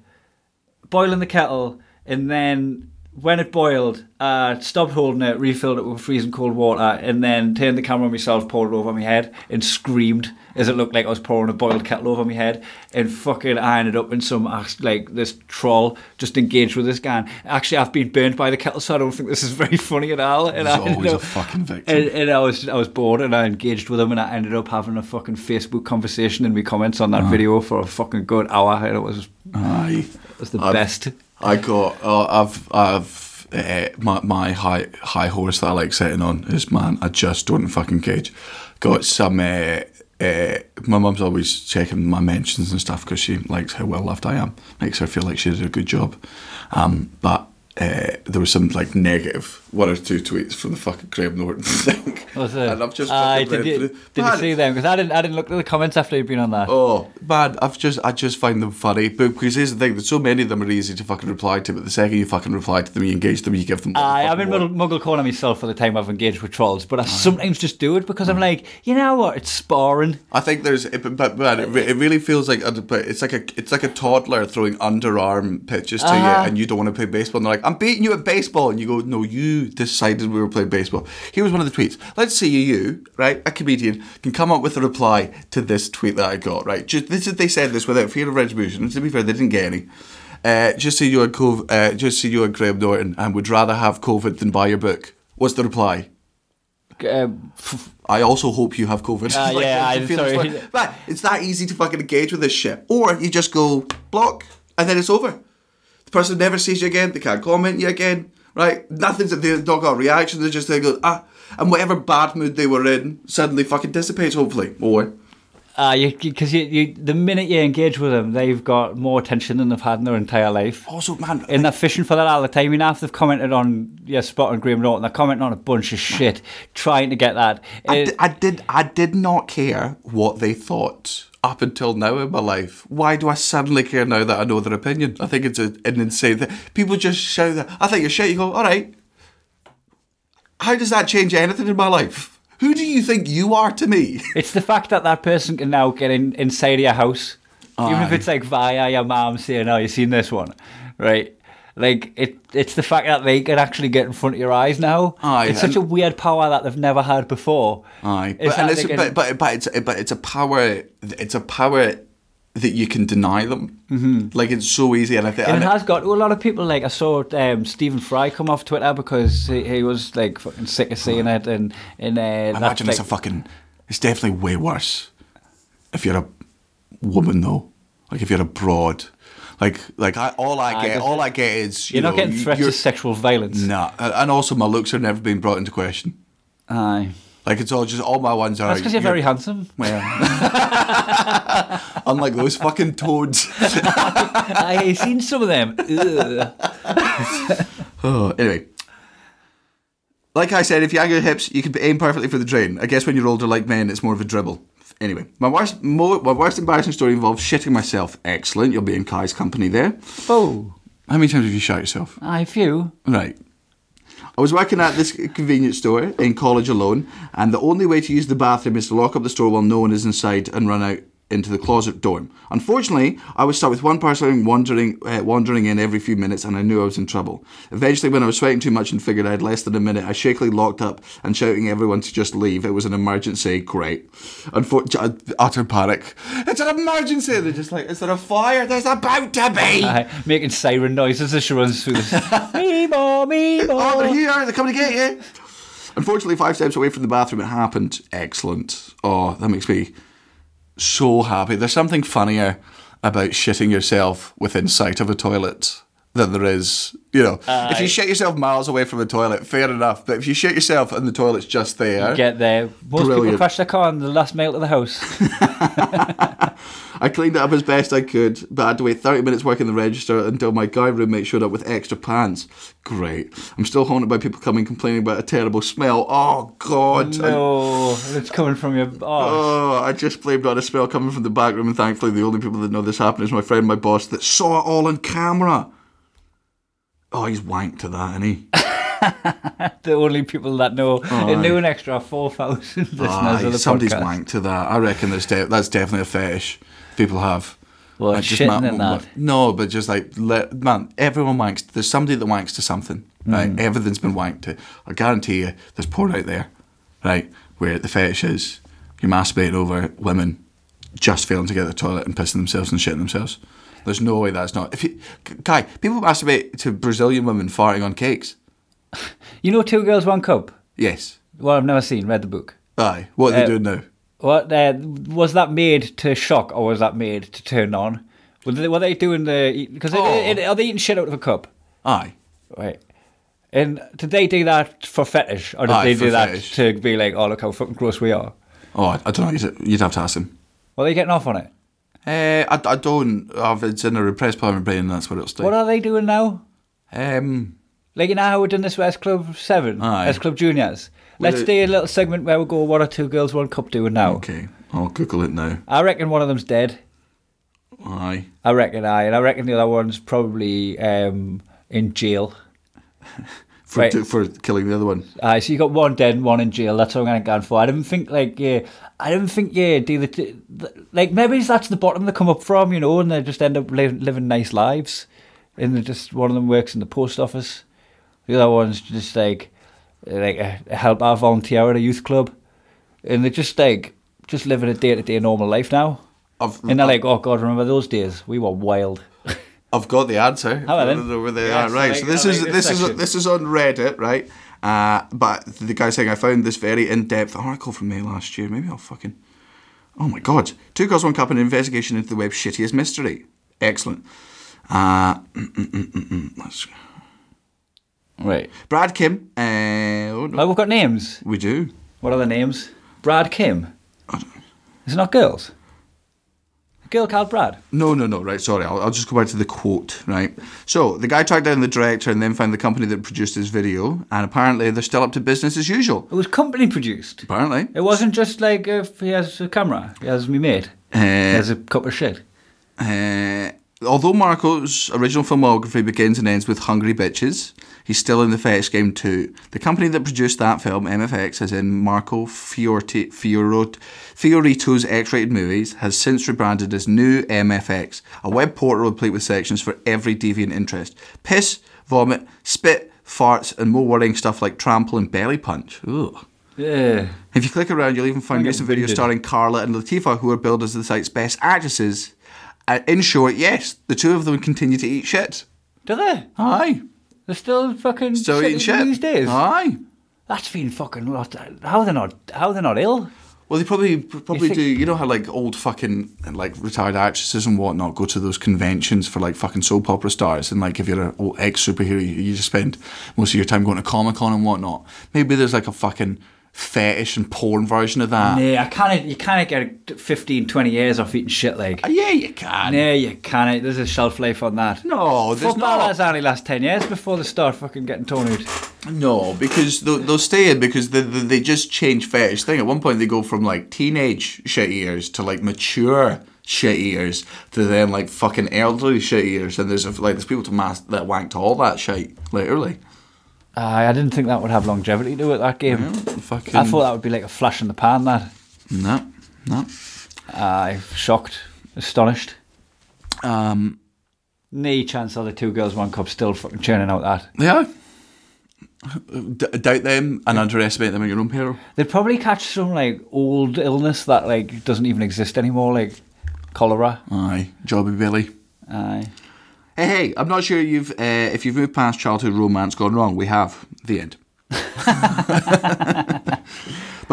Speaker 2: boiling the kettle, and then when it boiled, I stopped holding it, refilled it with freezing cold water, and then turned the camera on myself, poured it over my head, and screamed as it looked like I was pouring a boiled kettle over my head, and fucking I ended up in some ass- like this troll just engaged with this guy. And actually, I've been burnt by the kettle, so I don't think this is very funny at all. And
Speaker 1: There's
Speaker 2: I ended
Speaker 1: always a
Speaker 2: up-
Speaker 1: fucking victim.
Speaker 2: and, and I was I was bored and I engaged with him and I ended up having a fucking Facebook conversation and we comments on that video for a fucking good hour and it was
Speaker 1: Aye.
Speaker 2: it was the
Speaker 1: I've-
Speaker 2: best.
Speaker 1: I got. Uh, I've. I've. Uh, my my high high horse that I like sitting on is man. I just don't fucking cage. Got some. Uh, uh, my mum's always checking my mentions and stuff because she likes how well loved I am. Makes her feel like she did a good job. Um, but uh, there was some like negative one or two tweets from the fucking Graham Norton thing,
Speaker 2: Was it?
Speaker 1: and I've just
Speaker 2: Aye,
Speaker 1: fucking
Speaker 2: did
Speaker 1: read
Speaker 2: you,
Speaker 1: through-
Speaker 2: did you
Speaker 1: Man,
Speaker 2: see them? Because I didn't I didn't look at the comments after you'd been on that.
Speaker 1: Oh man, I've just I just find them funny. But because here's the thing, that so many of them are easy to fucking reply to, but the second you fucking reply to them, you engage them, you give them. what they
Speaker 2: I, I'm in
Speaker 1: fucking want.
Speaker 2: Muggle, Muggle Corner myself for the time I've engaged with trolls, but I sometimes just do it because I'm like, you know what, it's sparring.
Speaker 1: I think there's, it- but, but man, it, re- it really feels like a- but it's like a it's like a toddler throwing underarm pitches to
Speaker 2: Ah.
Speaker 1: you, and you don't want to play baseball. And they're like, "I'm beating you at baseball," and you go, "No, you decided we were playing baseball." Here was one of the tweets. Let's say you, right, a comedian, can come up with a reply to this tweet that I got. Right, just this is they said this without fear of retribution. And to be fair, they didn't get any. Uh, just see you at Cove, uh, just see you at Graham Norton, and would rather have COVID than buy your book. What's the reply?
Speaker 2: Um, f-
Speaker 1: I also hope you have COVID.
Speaker 2: Ah, yeah,
Speaker 1: I
Speaker 2: I'm
Speaker 1: feel it's
Speaker 2: sorry.
Speaker 1: like- But it's that easy to fucking engage with this shit. Or you just go block and then it's over. The person never sees you again. They can't comment you again. Right? Nothing's they don't got a reaction. They just they go ah, and whatever bad mood they were in suddenly fucking dissipates. Hopefully, or
Speaker 2: Ah, because you, you, the minute you engage with them, they've got more attention than they've had in their entire life.
Speaker 1: also man,
Speaker 2: And they're fishing for that all the time. You know, if they've commented on your spot on Graham Norton, they're commenting on a bunch of shit, trying to get that.
Speaker 1: I
Speaker 2: It-
Speaker 1: di- I did I did not care what they thought up until now in my life. Why do I suddenly care now that I know their opinion? I think it's a, an insane thing. People just shout that I think you're shit. You go, all right. How does that change anything in my life? Who do you think you are to me?
Speaker 2: it's the fact that that person can now get in, inside your house, even if
Speaker 1: Aye.
Speaker 2: it's like via your mom saying, "Oh, you seen this one," right? Like it, it's the fact that they can actually get in front of your eyes now.
Speaker 1: Aye,
Speaker 2: it's such
Speaker 1: and-
Speaker 2: a weird power that they've never had before.
Speaker 1: Aye,
Speaker 2: It's
Speaker 1: but, and
Speaker 2: that
Speaker 1: it's,
Speaker 2: they can-
Speaker 1: but, but, but it's but it's a power. It's a power that you can deny them. Mm-hmm. Like it's so easy, and I think.
Speaker 2: And
Speaker 1: and
Speaker 2: it
Speaker 1: it-
Speaker 2: has got to a lot of people. Like I saw um, Stephen Fry come off Twitter because he, he was like fucking sick of seeing it, and and uh, that's,
Speaker 1: Imagine it's a
Speaker 2: like-
Speaker 1: fucking It's definitely way worse if you're a woman though. Like if you're abroad. Like like I all I get
Speaker 2: but-
Speaker 1: all I get is you
Speaker 2: You're not
Speaker 1: know,
Speaker 2: getting
Speaker 1: you-
Speaker 2: threats
Speaker 1: you're-
Speaker 2: of sexual violence.
Speaker 1: Nah, and and also my looks are never being brought into question.
Speaker 2: Aye.
Speaker 1: Like it's all just all my ones are.
Speaker 2: That's because you're very handsome.
Speaker 1: Well, unlike those fucking toads.
Speaker 2: I seen some of them. Ugh.
Speaker 1: Oh, anyway. Like I said, if you angle your hips, you can aim perfectly for the drain. I guess when you're older, like men, it's more of a dribble. Anyway, my worst, mo- my worst embarrassing story involves shitting myself. Excellent, you'll be in Kai's company there.
Speaker 2: Oh,
Speaker 1: How many times have you shot yourself?
Speaker 2: aye, few.
Speaker 1: Right. I was working at this convenience store in college alone, and the only way to use the bathroom is to lock up the store while no one is inside and run out into the closet dorm. Unfortunately, I was stuck with one person wandering, uh, wandering in every few minutes, and I knew I was in trouble. Eventually, when I was sweating too much and figured I had less than a minute, I shakily locked up and shouting everyone to just leave. It was an emergency. Great. Unfortunately, utter panic. It's an emergency. They're just like, is there a fire? There's about to be.
Speaker 2: Aye, making siren noises as she runs through this. Meebo,
Speaker 1: Oh, they're
Speaker 2: meebo.
Speaker 1: here. They're coming to get you. Unfortunately, five steps away from the bathroom, it happened. Excellent. Oh, that makes me so happy. There's something funnier about shitting yourself within sight of a toilet than there is, you know. if you shit yourself miles away from a toilet, fair enough. But if you shit yourself and the toilet's just there,
Speaker 2: Get there. Most
Speaker 1: Brilliant.
Speaker 2: people crash their car on the last mile to the house.
Speaker 1: I cleaned it up as best I could, but I had to wait 30 minutes working the register until my guy roommate showed up with extra pants. Great. I'm still haunted by people coming complaining about a terrible smell. Oh, God. I-
Speaker 2: no, it's coming from your. Oh,
Speaker 1: Oh, I just blamed on a smell coming from the back room, and thankfully, the only people that know this happened is my friend, my boss, that saw it all on camera. Oh, he's wanked to that, isn't he?
Speaker 2: the only people that know. it
Speaker 1: aye.
Speaker 2: knew an extra 4,000 listeners
Speaker 1: Aye,
Speaker 2: of the
Speaker 1: Ah, somebody's
Speaker 2: podcast.
Speaker 1: wanked to that. I reckon there's de- that's definitely a fetish people have.
Speaker 2: Well,
Speaker 1: Like,
Speaker 2: shitting
Speaker 1: ma-
Speaker 2: in that.
Speaker 1: No, but just like, let, man, everyone wanks. There's somebody that wanks to something, right?
Speaker 2: Mm.
Speaker 1: Everything's been wanked to. I guarantee you, there's porn out there, right? Where the fetish is you're masturbating over women just failing to get to the toilet and pissing themselves and shitting themselves. There's no way that's not. If you, Kai, people masturbate to Brazilian women farting on cakes.
Speaker 2: You know Two Girls, One Cup?
Speaker 1: Yes.
Speaker 2: Well, I've never seen, read the book.
Speaker 1: Aye. What are they
Speaker 2: Uh,
Speaker 1: doing now?
Speaker 2: What uh, was that made to shock or was that made to turn on? Were they, were they doing the because
Speaker 1: Oh.
Speaker 2: are they eating shit out of a cup?
Speaker 1: Aye.
Speaker 2: Right. And did they do that for fetish or did
Speaker 1: Aye,
Speaker 2: they
Speaker 1: for
Speaker 2: do that
Speaker 1: fetish.
Speaker 2: to be like, oh look how fucking gross we are?
Speaker 1: Oh, I, I don't know. You'd- You'd have to ask them.
Speaker 2: Well, they getting off on it.
Speaker 1: Uh, I, I don't. I've, it's in a repressed part of my brain. That's what it's like.
Speaker 2: What are they doing now?
Speaker 1: um,
Speaker 2: Like you know how we're doing this with S Club Seven,
Speaker 1: Aye.
Speaker 2: S Club Juniors. Let's
Speaker 1: it-
Speaker 2: do a little segment where we go one or two girls, one cup doing now.
Speaker 1: okay, I'll Google it now.
Speaker 2: I reckon one of them's dead.
Speaker 1: Aye.
Speaker 2: I reckon I, and I reckon the other one's probably um, in jail.
Speaker 1: For,
Speaker 2: Right.
Speaker 1: to- for killing the other one.
Speaker 2: Aye, so you got one dead and one in jail. That's what I'm going to go for. I didn't think like yeah, I didn't think yeah, do the t- th- like maybe that's the bottom they come up from, you know, and they just end up li- living nice lives, and they just one of them works in the post office, the other one's just like like a help out volunteer at a youth club, and they're just like just living a day to day normal life now,
Speaker 1: I've,
Speaker 2: and they're like, oh god, remember those days? We were wild.
Speaker 1: I've got the answer.
Speaker 2: Oh, well then.
Speaker 1: I don't know where they
Speaker 2: Yes,
Speaker 1: are. Right.
Speaker 2: I
Speaker 1: so
Speaker 2: like-
Speaker 1: this
Speaker 2: I
Speaker 1: is
Speaker 2: like
Speaker 1: this,
Speaker 2: this
Speaker 1: is
Speaker 2: section.
Speaker 1: this is on Reddit, right? Uh, but the guy's saying I found this very in-depth article from May last year. Maybe I'll fucking. Oh my god! Two girls, one cup, an investigation into the web's shittiest mystery. Excellent. Uh, let's.
Speaker 2: Right.
Speaker 1: Brad Kim. Uh, oh no.
Speaker 2: Like we've got names.
Speaker 1: We do.
Speaker 2: What are the names? Brad Kim. Is it not girls? A girl called Brad.
Speaker 1: No, no, no. Right, sorry. I'll, I'll just go back to the quote. Right. So the guy tracked down the director and then found the company that produced his video, and apparently they're still up to business as usual.
Speaker 2: It was company produced.
Speaker 1: Apparently.
Speaker 2: It wasn't just like if he has a camera, he has me made, he
Speaker 1: Uh,
Speaker 2: has a cup of shit.
Speaker 1: uh, although Marco's original filmography begins and ends with Hungry Bitches, he's still in the fetish game too. The company that produced that film, MFX, as in Marco Fiorti, Fiorot, Fiorito's X-rated movies, has since rebranded as New MFX, a web portal replete with sections for every deviant interest. Piss, vomit, spit, farts, and more worrying stuff like trample and belly punch. Ooh.
Speaker 2: Yeah.
Speaker 1: If you click around, you'll even find
Speaker 2: I'm
Speaker 1: recent
Speaker 2: getting
Speaker 1: videos
Speaker 2: winded.
Speaker 1: starring Carla and Latifah, who are billed as the site's best actresses. Uh, in short, yes, the two of them continue to eat shit.
Speaker 2: Do they?
Speaker 1: Aye.
Speaker 2: They're still fucking
Speaker 1: Still eating shit.
Speaker 2: these days.
Speaker 1: Aye.
Speaker 2: That's been fucking lot. How they're not? How they're not ill?
Speaker 1: Well, they probably probably
Speaker 2: think-
Speaker 1: do. You know how like old fucking like retired actresses and whatnot go to those conventions for like fucking soap opera stars, and like if you're an old ex superhero, you, you just spend most of your time going to Comic Con and whatnot. Maybe there's like a fucking fetish and porn version of that.
Speaker 2: Yeah, I can't. You can't get 15, 20 years off eating shit like.
Speaker 1: Ah, Yeah, you can.
Speaker 2: Yeah, you can't. There's a shelf life on that.
Speaker 1: No, there's
Speaker 2: Football
Speaker 1: not.
Speaker 2: has only last ten years before they start fucking getting torn out.
Speaker 1: No, because they'll, they'll stay in because they, they, they just change fetish thing. At one point, they go from like teenage shit eaters to like mature shit eaters to then like fucking elderly shit eaters. And there's a, like there's people to mass that wank to all that shit, literally.
Speaker 2: Aye, I didn't think that would have longevity to it. That game.
Speaker 1: Fucking.
Speaker 2: I thought that would be like a flash in the pan. That.
Speaker 1: No, no.
Speaker 2: Aye, shocked, astonished.
Speaker 1: Um,
Speaker 2: Nay chance are the two girls one cup still fucking churning out that.
Speaker 1: yeah. D- doubt them and underestimate them at your own peril.
Speaker 2: They'd probably catch some like old illness that like doesn't even exist anymore, like cholera.
Speaker 1: Aye, jobby Billy.
Speaker 2: Aye.
Speaker 1: Hey, hey, I'm not sure you've uh, if you've moved past childhood romance gone wrong. We have the end. but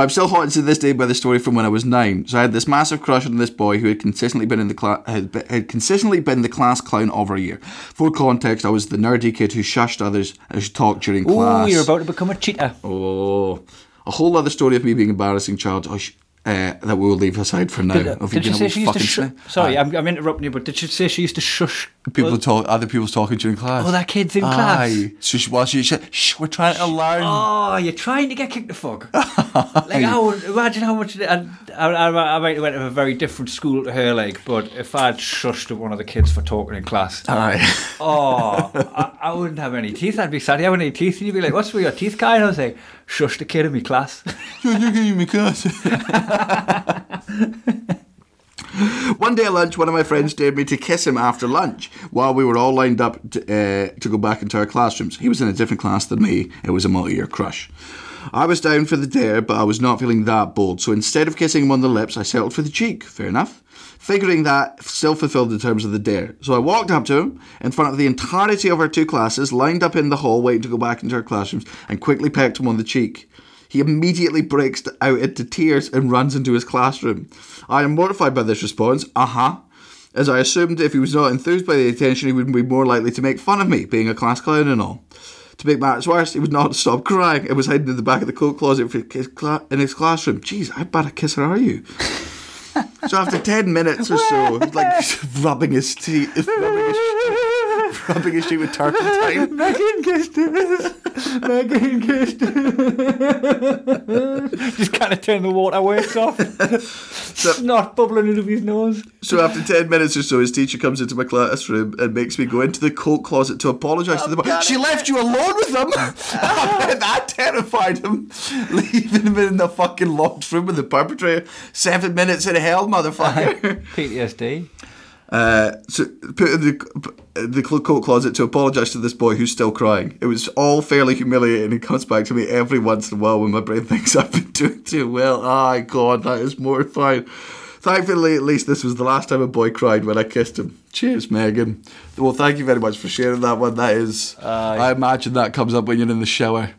Speaker 1: I'm still haunted to this day by the story from when I was nine. So I had this massive crush on this boy who had consistently been in the cla- had, be- had consistently been the class clown over a year. For context, I was the nerdy kid who shushed others as she talked during
Speaker 2: Ooh,
Speaker 1: class.
Speaker 2: you're about to become a cheater.
Speaker 1: oh, a whole other story of me being embarrassing child. Oh, sh- uh, that we'll leave aside for now.
Speaker 2: Did,
Speaker 1: Of
Speaker 2: did you
Speaker 1: being a
Speaker 2: say
Speaker 1: wee
Speaker 2: she used to
Speaker 1: fucking
Speaker 2: shush?
Speaker 1: sni-
Speaker 2: Sorry,
Speaker 1: Aye.
Speaker 2: I'm, I'm interrupting you, but did you say she used to shush?
Speaker 1: People talk. Other people's talking during class.
Speaker 2: Oh, that kid's in class.
Speaker 1: Aye. So she, well, she, she, shh, we're trying to learn.
Speaker 2: Oh, you're trying to get kicked the fuck. like, I would imagine how much. I, I, I, I might have went to a very different school to her, like, but if I'd shushed at one of the kids for talking in class,
Speaker 1: Aye.
Speaker 2: oh, I, I wouldn't have any teeth. I'd be sad. I haven't any teeth. And you'd be like, what's with your teeth, guy? And I was like, shush the kid in my class.
Speaker 1: You're looking at me cuss. One day at lunch, one of my friends dared me to kiss him after lunch while we were all lined up to, uh, to go back into our classrooms. He was in a different class than me. It was a multi-year crush. I was down for the dare, but I was not feeling that bold. So instead of kissing him on the lips, I settled for the cheek. Fair enough. Figuring that still fulfilled the terms of the dare. So I walked up to him in front of the entirety of our two classes, lined up in the hall waiting to go back into our classrooms, and quickly pecked him on the cheek. He immediately breaks out into tears and runs into his classroom. I am mortified by this response, uh huh, as I assumed if he was not enthused by the attention, he would be more likely to make fun of me, being a class clown and all. To make matters worse, he would not stop crying and was hiding in the back of the coat closet for his cla- in his classroom. Jeez, how bad a kisser are you? so after 10 minutes or so, he's like rubbing his teeth, rubbing his, rubbing his cheek with turpentine.
Speaker 2: Megan kissed us. Megan kissed us. Just kind of turn the waterworks off. Snot bubbling out of his nose.
Speaker 1: So after ten minutes or so, his teacher comes into my classroom and makes me go into the coat closet to apologise to the boy. She left you alone with him. that terrified him, leaving him in the fucking locked room with the perpetrator. Seven minutes in hell, motherfucker.
Speaker 2: PTSD.
Speaker 1: Uh, so put in the the clo- coat closet to apologise to this boy who's still crying. It was all fairly humiliating. It comes back to me every once in a while when my brain thinks I've been doing too well. Ah, God, that is mortifying. Thankfully, at least this was the last time a boy cried when I kissed him. Cheers, Megan. Well, thank you very much for sharing that one. That is, I imagine that comes up when you're in the shower.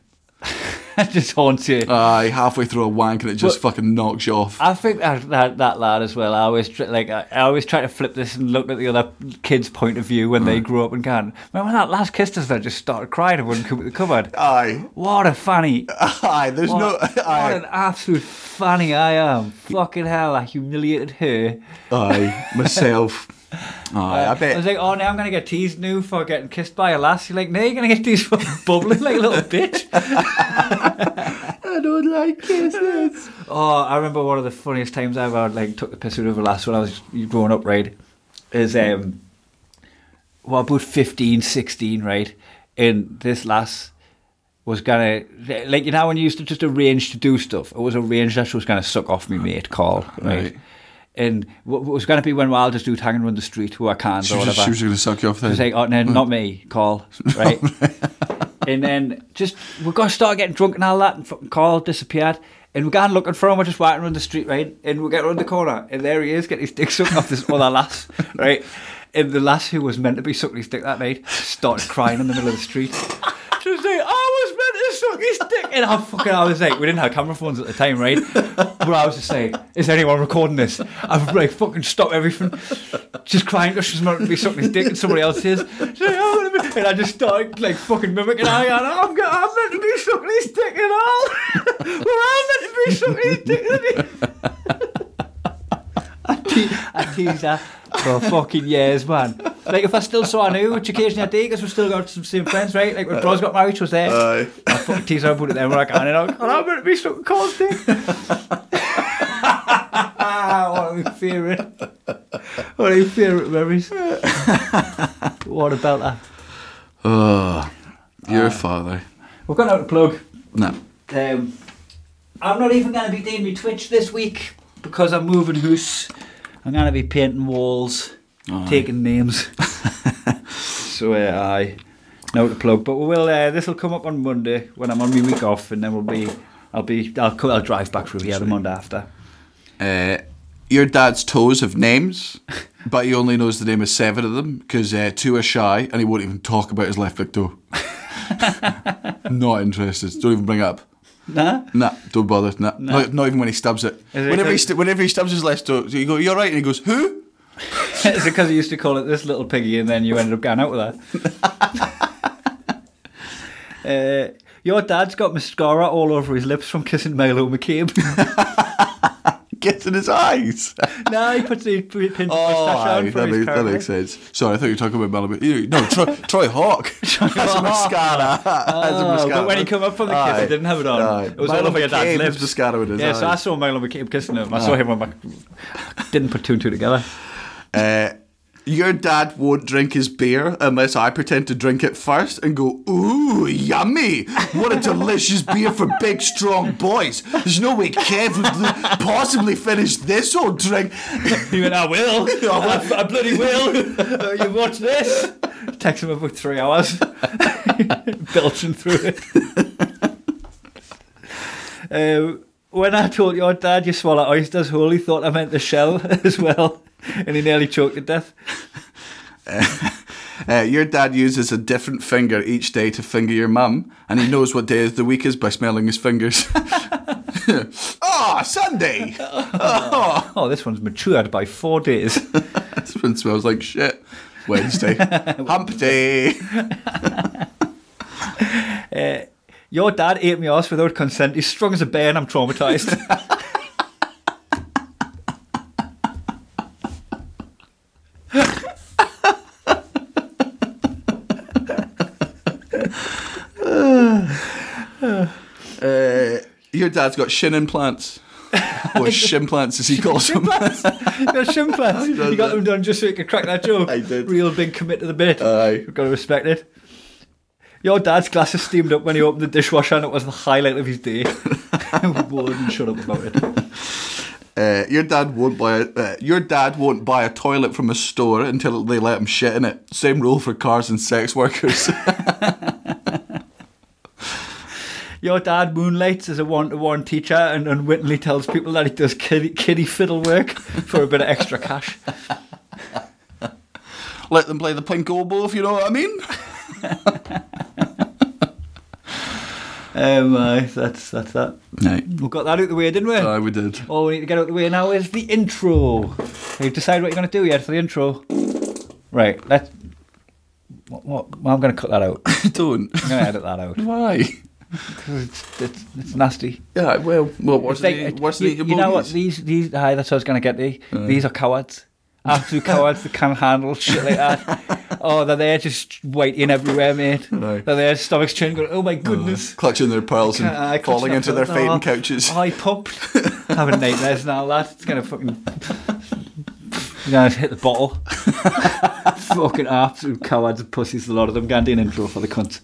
Speaker 2: That just haunts you.
Speaker 1: Aye, halfway through a wank and it just fucking knocks you off.
Speaker 2: I think that, that that lad as well. I always tr- like I, I always try to flip this and look at the other kid's point of view when they grow up and can. Remember when that last kissed us? They just started crying and wouldn't come out the cupboard.
Speaker 1: Aye,
Speaker 2: What a fanny!
Speaker 1: aye. There's
Speaker 2: What,
Speaker 1: no.
Speaker 2: what
Speaker 1: Aye.
Speaker 2: an absolute fanny I am! Fucking hell! I humiliated her.
Speaker 1: Aye, myself. Aye, I bet.
Speaker 2: I was like, oh, now I'm gonna get teased new for getting kissed by a lass. You're like, no, you're gonna get teased for bubbling like a little bitch.
Speaker 1: I don't like kisses.
Speaker 2: Oh, I remember one of the funniest times I ever like took the piss out of a lass when I was growing up, right? Is um well about 15, 16, right? And this lass was gonna like you know when you used to just arrange to do stuff. It was arranged that she was gonna suck off me mate Carl, right?
Speaker 1: Right.
Speaker 2: And what what was gonna be when I'll just do hang and run the street who I can't
Speaker 1: She
Speaker 2: or
Speaker 1: was,
Speaker 2: whatever.
Speaker 1: just, she was going to suck you off
Speaker 2: I
Speaker 1: then.
Speaker 2: was like, oh, no, not me, Carl, right? and then just, we got to start getting drunk and all that, and fucking Carl disappeared. And we're going looking for him, we're just walking around the street, right? And we get around the corner, and there he is, getting his dick sucked off this other lass, right? And the lass who was meant to be sucking his dick that night started crying in the middle of the street. She was like, I was meant to suck his dick. And I fucking, I was like, we didn't have camera phones at the time, right? where I was just like, is anyone recording this? I've like fucking stopped everything, just crying because she's meant to be sucking his dick and somebody else is. She's like, "Oh, what a bit-" And I just started like fucking mimicking I and I'm, go- I'm meant to be sucking his dick and all. well, I'm meant to be sucking his dick and I teased her for fucking years, man. Like if I still saw her now, which occasionally I did, because we still got some same friends, right? Like when Bros got married, she was there.
Speaker 1: Aye.
Speaker 2: I fucking teased her and put it there when I can, and I'm like, "Oh, I'm meant to be sucking Carl's dick. Ah, one of my favourite, one of my favourite memories. what about that?
Speaker 1: Oh, your father.
Speaker 2: We've got out to plug.
Speaker 1: No.
Speaker 2: Um, I'm not even going to be doing my Twitch this week because I'm moving house. I'm going to be painting walls, taking names. so uh, aye, no to plug. But we will. Uh, this will come up on Monday when I'm on my week off, and then we'll be. I'll be. I'll. co- I'll drive back through here the Monday after.
Speaker 1: Uh, your dad's toes have names, but he only knows the name of seven of them because uh, two are shy and he won't even talk about his left big toe. Not interested. Don't even bring it up.
Speaker 2: Nah.
Speaker 1: Nah, don't bother. Nah. Not, not even when he stubs it.
Speaker 2: Is it
Speaker 1: Whenever he,
Speaker 2: because-
Speaker 1: stu- whenever he stubs his left toe, you go, You're right. And he goes, Who?
Speaker 2: Is it because you used to call it this little piggy and then you ended up going out with that? uh, your dad's got mascara all over his lips from kissing Milo McCabe.
Speaker 1: Gets in his eyes.
Speaker 2: no, he puts the pins oh,
Speaker 1: Oh, aye,
Speaker 2: mustache on for
Speaker 1: that,
Speaker 2: his
Speaker 1: makes, that
Speaker 2: character.
Speaker 1: makes sense. Sorry, I thought you were talking about Malibu. No, Troy, Troy Hawk. Has a mascara. Has a
Speaker 2: Oh,
Speaker 1: mascara.
Speaker 2: but when he come up from the kiss,
Speaker 1: Aye.
Speaker 2: he didn't have it on.
Speaker 1: Aye.
Speaker 2: It was
Speaker 1: Milo
Speaker 2: all over your dad's
Speaker 1: McCabe's
Speaker 2: lips.
Speaker 1: mascara with his
Speaker 2: yeah, Ah. so I
Speaker 1: eyes.
Speaker 2: saw Milo McCabe kissing him. um, I saw him on my... Didn't put two and two together.
Speaker 1: Uh, your dad won't drink his beer unless I pretend to drink it first and go, ooh, yummy. What a delicious beer for big, strong boys. There's no way Kev would possibly finish this old drink.
Speaker 2: He went, I will. I, I bloody will. Uh, you watch this. Takes him about three hours, belching through it. Uh, when I told your dad you swallow oysters whole, he thought I meant the shell as well, and he nearly choked to death.
Speaker 1: Uh, your dad uses a different finger each day to finger your mum, and he knows what day of the week is by smelling his fingers. oh, Sunday! Oh,
Speaker 2: Oh, this one's matured by four days.
Speaker 1: this one smells like shit. Wednesday. Hump day.
Speaker 2: Eh, Your dad ate me ass without consent. He's strong as a bear, and I'm traumatized.
Speaker 1: Uh, your dad's got shin implants. Or shin plants, as he calls them.
Speaker 2: They're shin pads.
Speaker 1: does
Speaker 2: You got
Speaker 1: that.
Speaker 2: them done just so you could crack that joke.
Speaker 1: I did. Uh.
Speaker 2: Real big commit to the bit.
Speaker 1: Aye.
Speaker 2: You've got to respect it. Your dad's glasses steamed up when he opened the dishwasher and it was the highlight of his day. Wouldn't shut up about it.
Speaker 1: Uh, your dad won't buy. A, uh, your dad won't buy a toilet from a store until they let him shit in it. Same rule for cars and sex workers.
Speaker 2: Your dad moonlights as a one-to-one teacher and unwittingly tells people that he does kiddie, kiddie fiddle work for a bit of extra cash.
Speaker 1: let them play the pink oboe, if you know what I mean.
Speaker 2: Um, aye, that's, that's that.
Speaker 1: Right.
Speaker 2: We got that out the way, didn't we?
Speaker 1: Aye, we did.
Speaker 2: All Oh, we need to get out of the way now is the intro. Have you decided what you're going to do yet for the intro? Right, let's. What, what, well, I'm going to cut that out. I'm
Speaker 1: Don't.
Speaker 2: going to edit that out.
Speaker 1: Why?
Speaker 2: 'Cause It's, it's, it's nasty.
Speaker 1: Yeah, well, well what's
Speaker 2: It's like-
Speaker 1: the,
Speaker 2: it-
Speaker 1: what's
Speaker 2: you,
Speaker 1: the Uh.
Speaker 2: you know what?
Speaker 1: emojis?
Speaker 2: These, these, aye, that's what I was going to get to. These are cowards. Absolute cowards that can't handle shit like that. oh, they're there just waiting everywhere, mate.
Speaker 1: Aye.
Speaker 2: They're there, stomachs churning, going, oh
Speaker 1: Uh.
Speaker 2: my goodness.
Speaker 1: Clutching their pearls and
Speaker 2: Uh,
Speaker 1: falling
Speaker 2: catching
Speaker 1: into
Speaker 2: up
Speaker 1: their
Speaker 2: to it.
Speaker 1: fainting
Speaker 2: Oh,
Speaker 1: couches.
Speaker 2: I popped. Having nightmares now, lad. It's gonna fucking. You know, hit the bottle. fucking absolute cowards and pussies, a lot of them. Gandhi an intro for the cunt.